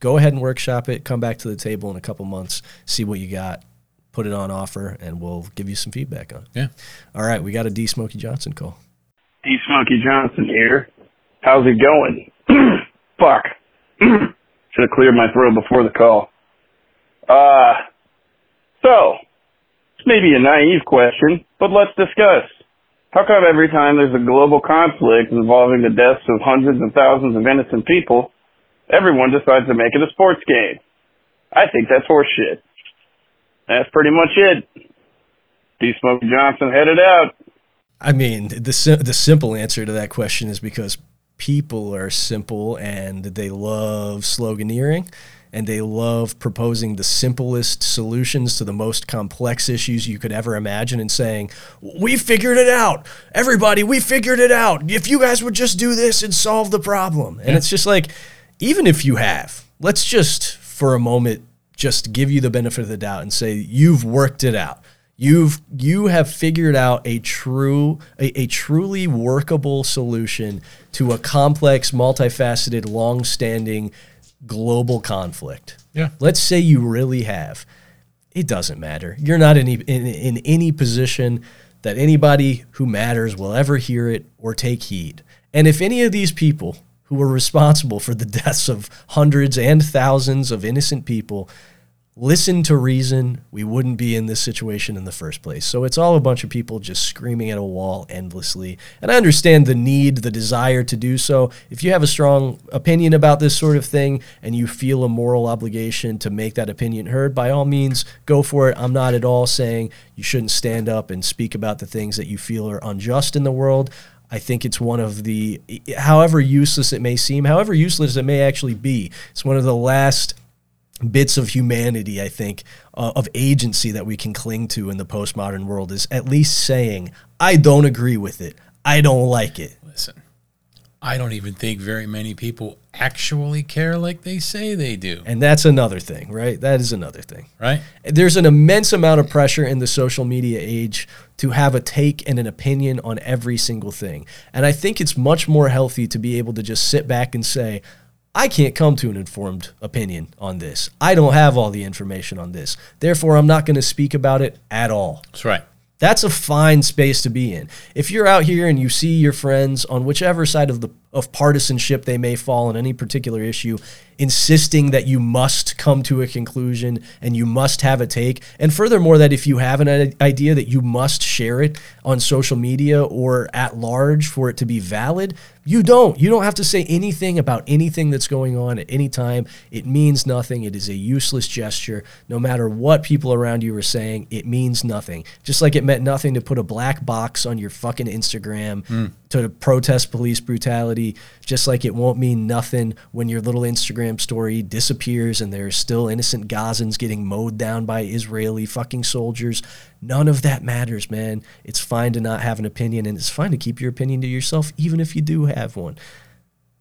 go ahead and workshop it. Come back to the table in a couple months, see what you got, put it on offer, and we'll give you some feedback on it.
Yeah.
All right, we got a D Smokey Johnson call.
D. Smokey Johnson here. How's it going? Fuck. Should have cleared my throat before the call. Uh, so, this may be a naive question, but let's discuss. How come every time there's a global conflict involving the deaths of hundreds of thousands of innocent people, everyone decides to make it a sports game? I think that's horseshit. That's pretty much it. D. Smokey Johnson headed out.
I mean, the si- the simple answer to that question is because people are simple and they love sloganeering and they love proposing the simplest solutions to the most complex issues you could ever imagine and saying, "We figured it out. Everybody, we figured it out. If you guys would just do this and solve the problem." And it's just like even if you have, let's just for a moment just give you the benefit of the doubt and say you've worked it out. You've you have figured out a true a, a truly workable solution to a complex, multifaceted, long-standing global conflict.
Yeah.
Let's say you really have. It doesn't matter. You're not in, in in any position that anybody who matters will ever hear it or take heed. And if any of these people who were responsible for the deaths of hundreds and thousands of innocent people listen to reason, we wouldn't be in this situation in the first place. So it's all a bunch of people just screaming at a wall endlessly. And I understand the need, the desire to do so. If you have a strong opinion about this sort of thing and you feel a moral obligation to make that opinion heard, by all means, go for it. I'm not at all saying you shouldn't stand up and speak about the things that you feel are unjust in the world. I think it's one of the, however useless it may seem, however useless it may actually be, it's one of the last bits of humanity, I think, uh, of agency that we can cling to in the postmodern world is at least saying, I don't agree with it. I don't like it.
Listen, I don't even think very many people actually care like they say they do.
And that's another thing, right? That is another thing.
Right?
There's an immense amount of pressure in the social media age to have a take and an opinion on every single thing. And I think it's much more healthy to be able to just sit back and say, I can't come to an informed opinion on this. I don't have all the information on this. Therefore, I'm not going to speak about it at all.
That's right.
That's a fine space to be in. If you're out here and you see your friends on whichever side of the of partisanship they may fall on any particular issue, insisting that you must come to a conclusion and you must have a take, and furthermore that if you have an i- idea that you must share it on social media or at large for it to be valid, you don't. You don't have to say anything about anything that's going on at any time. It means nothing. It is a useless gesture. No matter what people around you are saying, it means nothing. Just like it meant nothing to put a black box on your fucking Instagram to protest police brutality, just like it won't mean nothing when your little Instagram story disappears and there are still innocent Gazans getting mowed down by Israeli fucking soldiers. None of that matters, man. It's fine to not have an opinion and it's fine to keep your opinion to yourself, even if you do have one.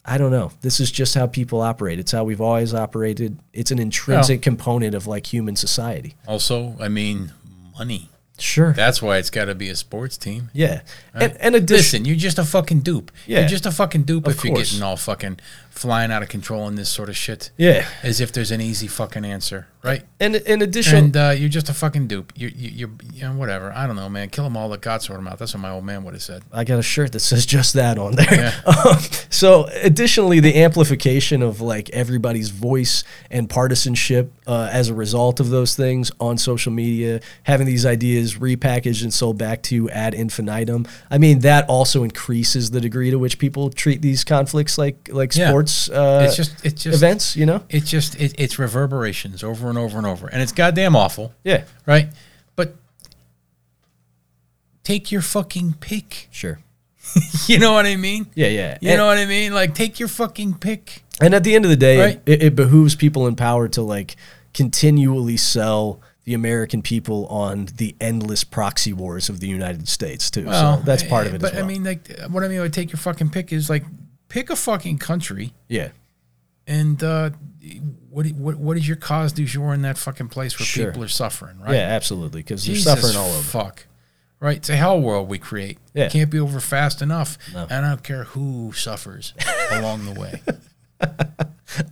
I don't know. This is just how people operate. It's how we've always operated. It's an
Oh.
intrinsic component of like human society.
Also, I mean, money.
Sure.
That's why it's got to be a sports team.
yeah. And, and addition,
Listen, you're just a fucking dupe.
Yeah.
You're just a fucking dupe
Of
if you're
course.
getting all fucking flying out of control in this sort of shit.
yeah.
As if there's an easy fucking answer, right?
And in addition,
And uh, you're just a fucking dupe. You you you you know, whatever. I don't know, man. Kill them all. Let God sort them out. That's what my old man would have said.
I got a shirt that says just that on there.
Yeah.
Um, so, additionally, the amplification of like everybody's voice and partisanship uh, as a result of those things on social media, having these ideas repackaged and sold back to you ad infinitum. I mean, that also increases the degree to which people treat these conflicts like like
Yeah.
sports uh,
It's just- it's just-
events. You know?
It's just it, it's reverberations over and over and over, and it's goddamn awful,
Yeah.
right? But take your fucking pick.
Sure.
You know what I mean?
Yeah. Yeah.
You
And-
know what I mean? Like take your fucking pick.
And at the end of the day,
Right.
it, it behooves people in power to like continually sell the American people on the endless proxy wars of the United States too. so that's part of it.
Oh. But
as well.
I mean, like, what I mean by take your fucking pick is like pick a fucking country
yeah,
and uh, what what what is your cause du jour in that fucking place where
Sure.
people are suffering, right?
yeah, absolutely, because they're
Jesus
suffering all over.
Fuck. Right, it's a hell world we create.
Yeah.
Can't be over fast enough, and I don't care who suffers along the way.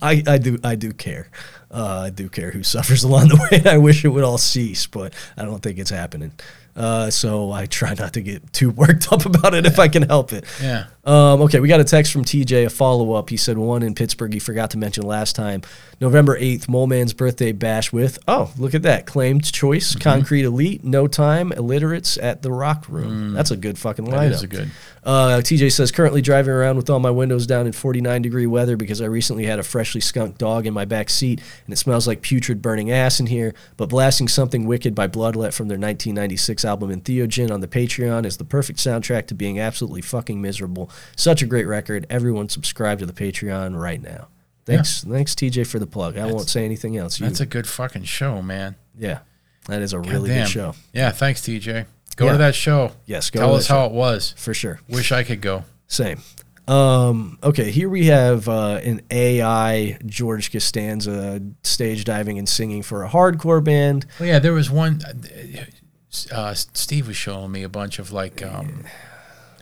I, I do I do care. Uh, I do care who suffers along the way. I wish it would all cease, but I don't think it's happening. Uh, so I try not to get too worked up about it if I can help it.
Yeah,
Um, okay, we got a text from TJ, a follow up. He said one in Pittsburgh he forgot to mention last time. November 8th, Mole Man's birthday bash with, oh, look at that. Claimed choice,
Mm-hmm.
Concrete Elite, No Time, Illiterates at the Rock Room. That's a good fucking lineup.
Mm. that is a good.
Uh, TJ says, currently driving around with all my windows down in 49 degree weather because I recently had a freshly skunked dog in my back seat and it smells like putrid burning ass in here. But blasting something wicked by Bloodlet from their 1996 album Entheogen on the Patreon is the perfect soundtrack to being absolutely fucking miserable. Such a great record. Everyone subscribe to the Patreon right now. Thanks, thanks TJ for the plug. I won't say anything else. You-
That's a good fucking show, man.
yeah, that is a really
Damn.
good show
Yeah, thanks, TJ. Go
Yeah.
to that show.
Yes, go
Tell
to
us
that
how it was.
for sure.
Wish I could go.
Same. Um, okay, here we have uh, an AI George Costanza stage diving and singing for a hardcore band.
Well, yeah, there was one. Uh, Steve was showing me a bunch of like um,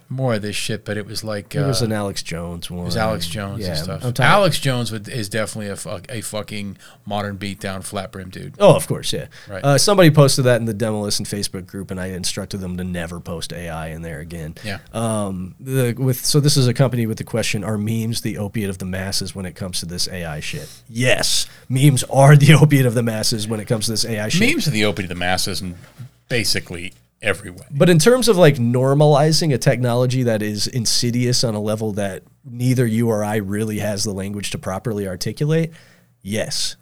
more of this shit, but it was like uh,
There was an Alex Jones one.
it was Alex Jones
Yeah,
and stuff.
I'm talking-
Alex Jones would, is definitely a, fuck, a fucking modern beatdown flat brim dude.
Oh, of course, yeah.
Right.
Uh, somebody posted that in the Demolition Facebook group, and I instructed them to never post AI in there again.
Yeah,
Um, the, with so this is accompanied with the question: Are memes the opiate of the masses when it comes to this AI shit? Yes, memes are the opiate of the masses when it comes to this AI shit.
memes are the open to the masses and basically everywhere.
But in terms of like normalizing a technology that is insidious on a level that neither you or I really has the language to properly articulate, yes.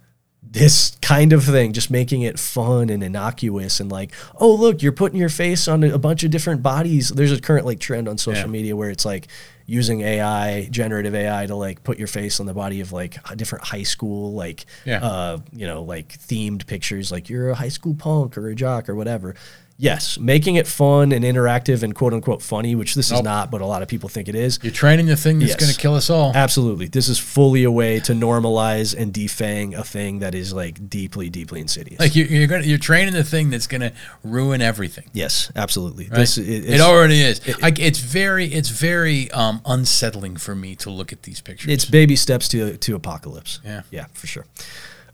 This kind of thing, just making it fun and innocuous, and like, oh look, you're putting your face on a bunch of different bodies. There's a current like trend on social
Yeah.
media where it's like using AI, generative AI, to like put your face on the body of like h- different high school, like,
Yeah.
uh, you know, like themed pictures, like you're a high school punk or a jock or whatever. Yes, making it fun and interactive and quote unquote funny, which this is
Nope.
not, but a lot of people think it is.
You're training the thing that's
Yes.
going to kill us all.
Absolutely. This is fully a way to normalize and defang a thing that is like deeply, deeply insidious.
Like you, you're gonna, you're training the thing that's going to ruin everything.
yes, absolutely.
Right?
This i-
it,
it's-
already is. I, it's very, it's very um, unsettling for me to look at these pictures.
It's baby steps to to apocalypse.
Yeah.
yeah, for sure.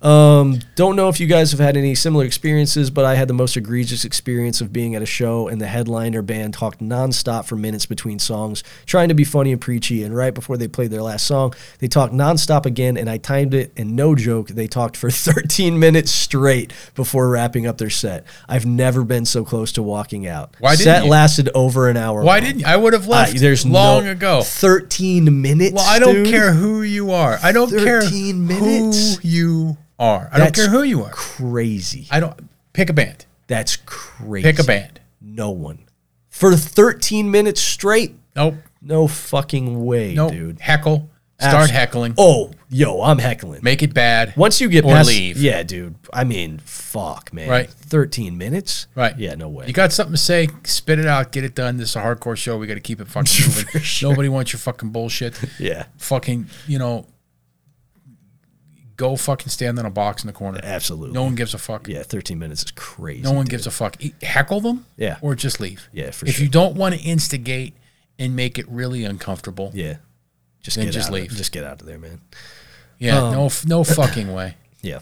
Um, don't know if you guys have had any similar experiences, but I had the most egregious experience of being at a show and the headliner band talked nonstop for minutes between songs, trying to be funny and preachy. And right before they played their last song, they talked nonstop again, and I timed it. And no joke, they talked for 13 minutes straight before wrapping up their set. I've never been so close to walking out.
Why didn't
set
you?
lasted over an hour.
Why
long.
didn't you? I would have
Ah,
left?
there's
long
no-
ago.
13 minutes.
Well, I don't
dude?
care who you are. I don't care
13 minutes?
who you are. I don't
That's
care who you are.
Crazy.
I don't pick a band.
That's crazy.
Pick a band.
No one. For 13 minutes straight?
Nope.
No fucking way,
Nope.
dude.
Heckle. Start
Abs-
heckling.
Oh, yo, I'm heckling.
Make it bad.
Once you get
Or
past,
leave.
yeah, dude. I mean, fuck, man.
Right.
Thirteen minutes.
Right.
Yeah, no way.
You got something to say? Spit it out. Get it done. This is a hardcore show. We got to keep it fucking moving. Nobody wants your fucking bullshit.
yeah,
fucking, you know, go fucking stand on a box in the corner.
absolutely.
No one gives a fuck.
yeah, thirteen minutes is crazy.
no one gives a fuck. E- Heckle them.
Yeah.
Or just leave.
Yeah, for
if
sure.
you don't want to instigate and make it really uncomfortable. Yeah.
Yeah. Just
Then
get
just
out of-
leave.
just get out of there, man.
no, f- no fucking way.
Yeah.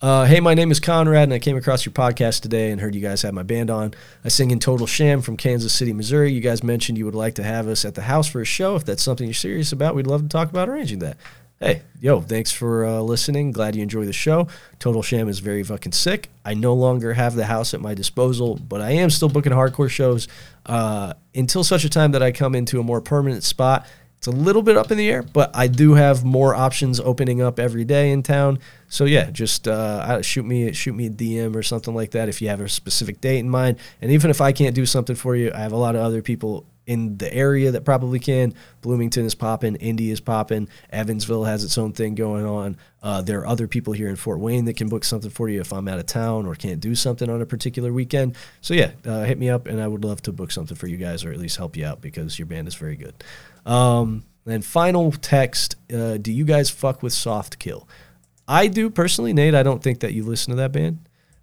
Uh, hey, my name is Conrad, and I came across your podcast today and heard you guys had my band on. I sing in Total Sham from Kansas City, Missouri. You guys mentioned you would like to have us at the house for a show. If that's something you're serious about, we'd love to talk about arranging that. Hey, yo, thanks for uh, listening. Glad you enjoy the show. Total Sham is very fucking sick. I no longer have the house at my disposal, but I am still booking hardcore shows uh, until such a time that I come into a more permanent spot. It's a little bit up in the air, but I do have more options opening up every day in town. So yeah, just uh, I- shoot me shoot me a DM or something like that if you have a specific date in mind. And even if I can't do something for you, I have a lot of other people in the area that probably can. Bloomington is popping, Indy is popping, Evansville has its own thing going on. Uh, there are other people here in Fort Wayne that can book something for you if I'm out of town or can't do something on a particular weekend. So yeah, uh, hit me up and I would love to book something for you guys or at least help you out because your band is very good. Um, and final text: uh, Do you guys fuck with Soft Kill? I do personally, Nate. I don't think that you listen to that band.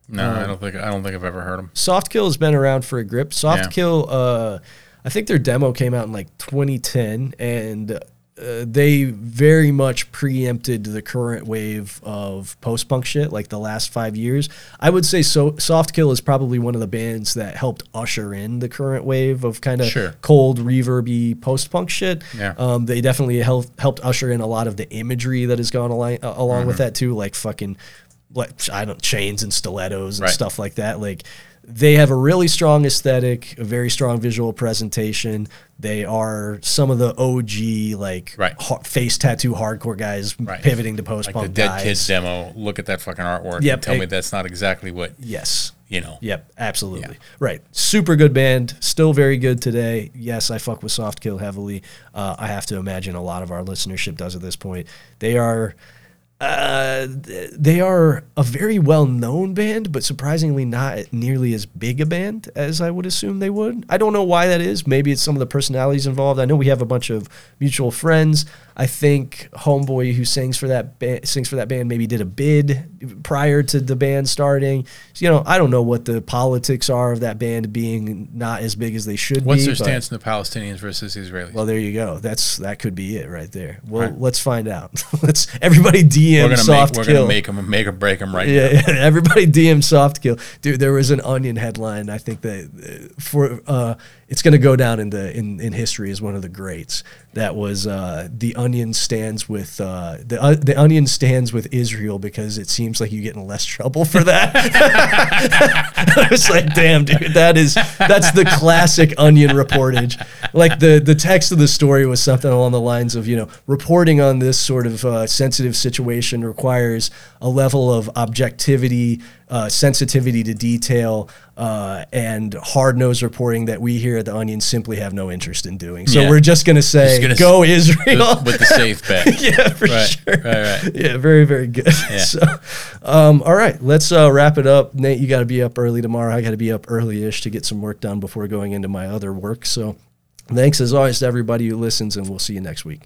No, I don't think I don't think I've ever heard them.
Soft Kill has been around for a grip. Soft
Yeah.
Kill, uh, I think their demo came out in like 2010, and uh, they very much preempted the current wave of post punk shit, like the last five years. I would say so. Soft Kill is probably one of the bands that helped usher in the current wave of kind of
Sure.
cold reverby post punk shit.
Yeah.
Um, they definitely help, helped usher in a lot of the imagery that has gone along, uh, along with
Mm-hmm.
that too, like fucking like I don't chains and stilettos and
Right.
stuff like that. Like they have a really strong aesthetic, a very strong visual presentation. They are some of the OG like
Right.
ha- face tattoo hardcore guys
Right.
pivoting to post
Like
punk
the Dead
guys.
Kids demo. Look at that fucking artwork.
Yep,
and tell
it-
me that's not exactly what
Yes.
you know.
Yep, absolutely.
Yeah.
Right. Super good band. Still very good today. Yes, I fuck with Soft Kill heavily. Uh, I have to imagine a lot of our listenership does at this point. They are. Uh, th- they are a very well-known band, but surprisingly not nearly as big a band as I would assume they would. I don't know why that is. Maybe it's some of the personalities involved. I know we have a bunch of mutual friends. I think Homeboy, who sings for that ba- sings for that band, maybe did a bid prior to the band starting. So, you know, I don't know what the politics are of that band being not as big as they should
What's
be.
their
but-
stance on the Palestinians versus the Israelis?
well, there you go. That's that could be it right there. Well, let's find out. let's everybody DM
we're gonna
soft
make we're
kill.
gonna make them make or break them right
yeah, yeah, everybody DM soft kill. Dude, there was an Onion headline. I think that uh, for uh, it's going to go down in the in, in history as one of the greats. That was uh, the Onion stands with uh, the uh, the Onion stands with Israel because it seems like you get in less trouble for that. I was like, damn, dude, that is that's the classic onion reportage. Like the the text of the story was something along the lines of, you know, reporting on this sort of uh, sensitive situation requires a level of objectivity, uh, sensitivity to detail, uh, and hard nosed reporting that we here at the Onion simply have no interest in doing. So
Yeah.
we're just gonna say,
gonna
go
now
Israel.
with, with the safe bet.
yeah, for
Right,
sure.
right, right.
Yeah, very, very good. So, um, all right, let's uh, wrap it up. Nate, you got to be up early tomorrow. I got to be up early-ish to get some work done before going into my other work. So, thanks as always to everybody who listens, and we'll see you next week.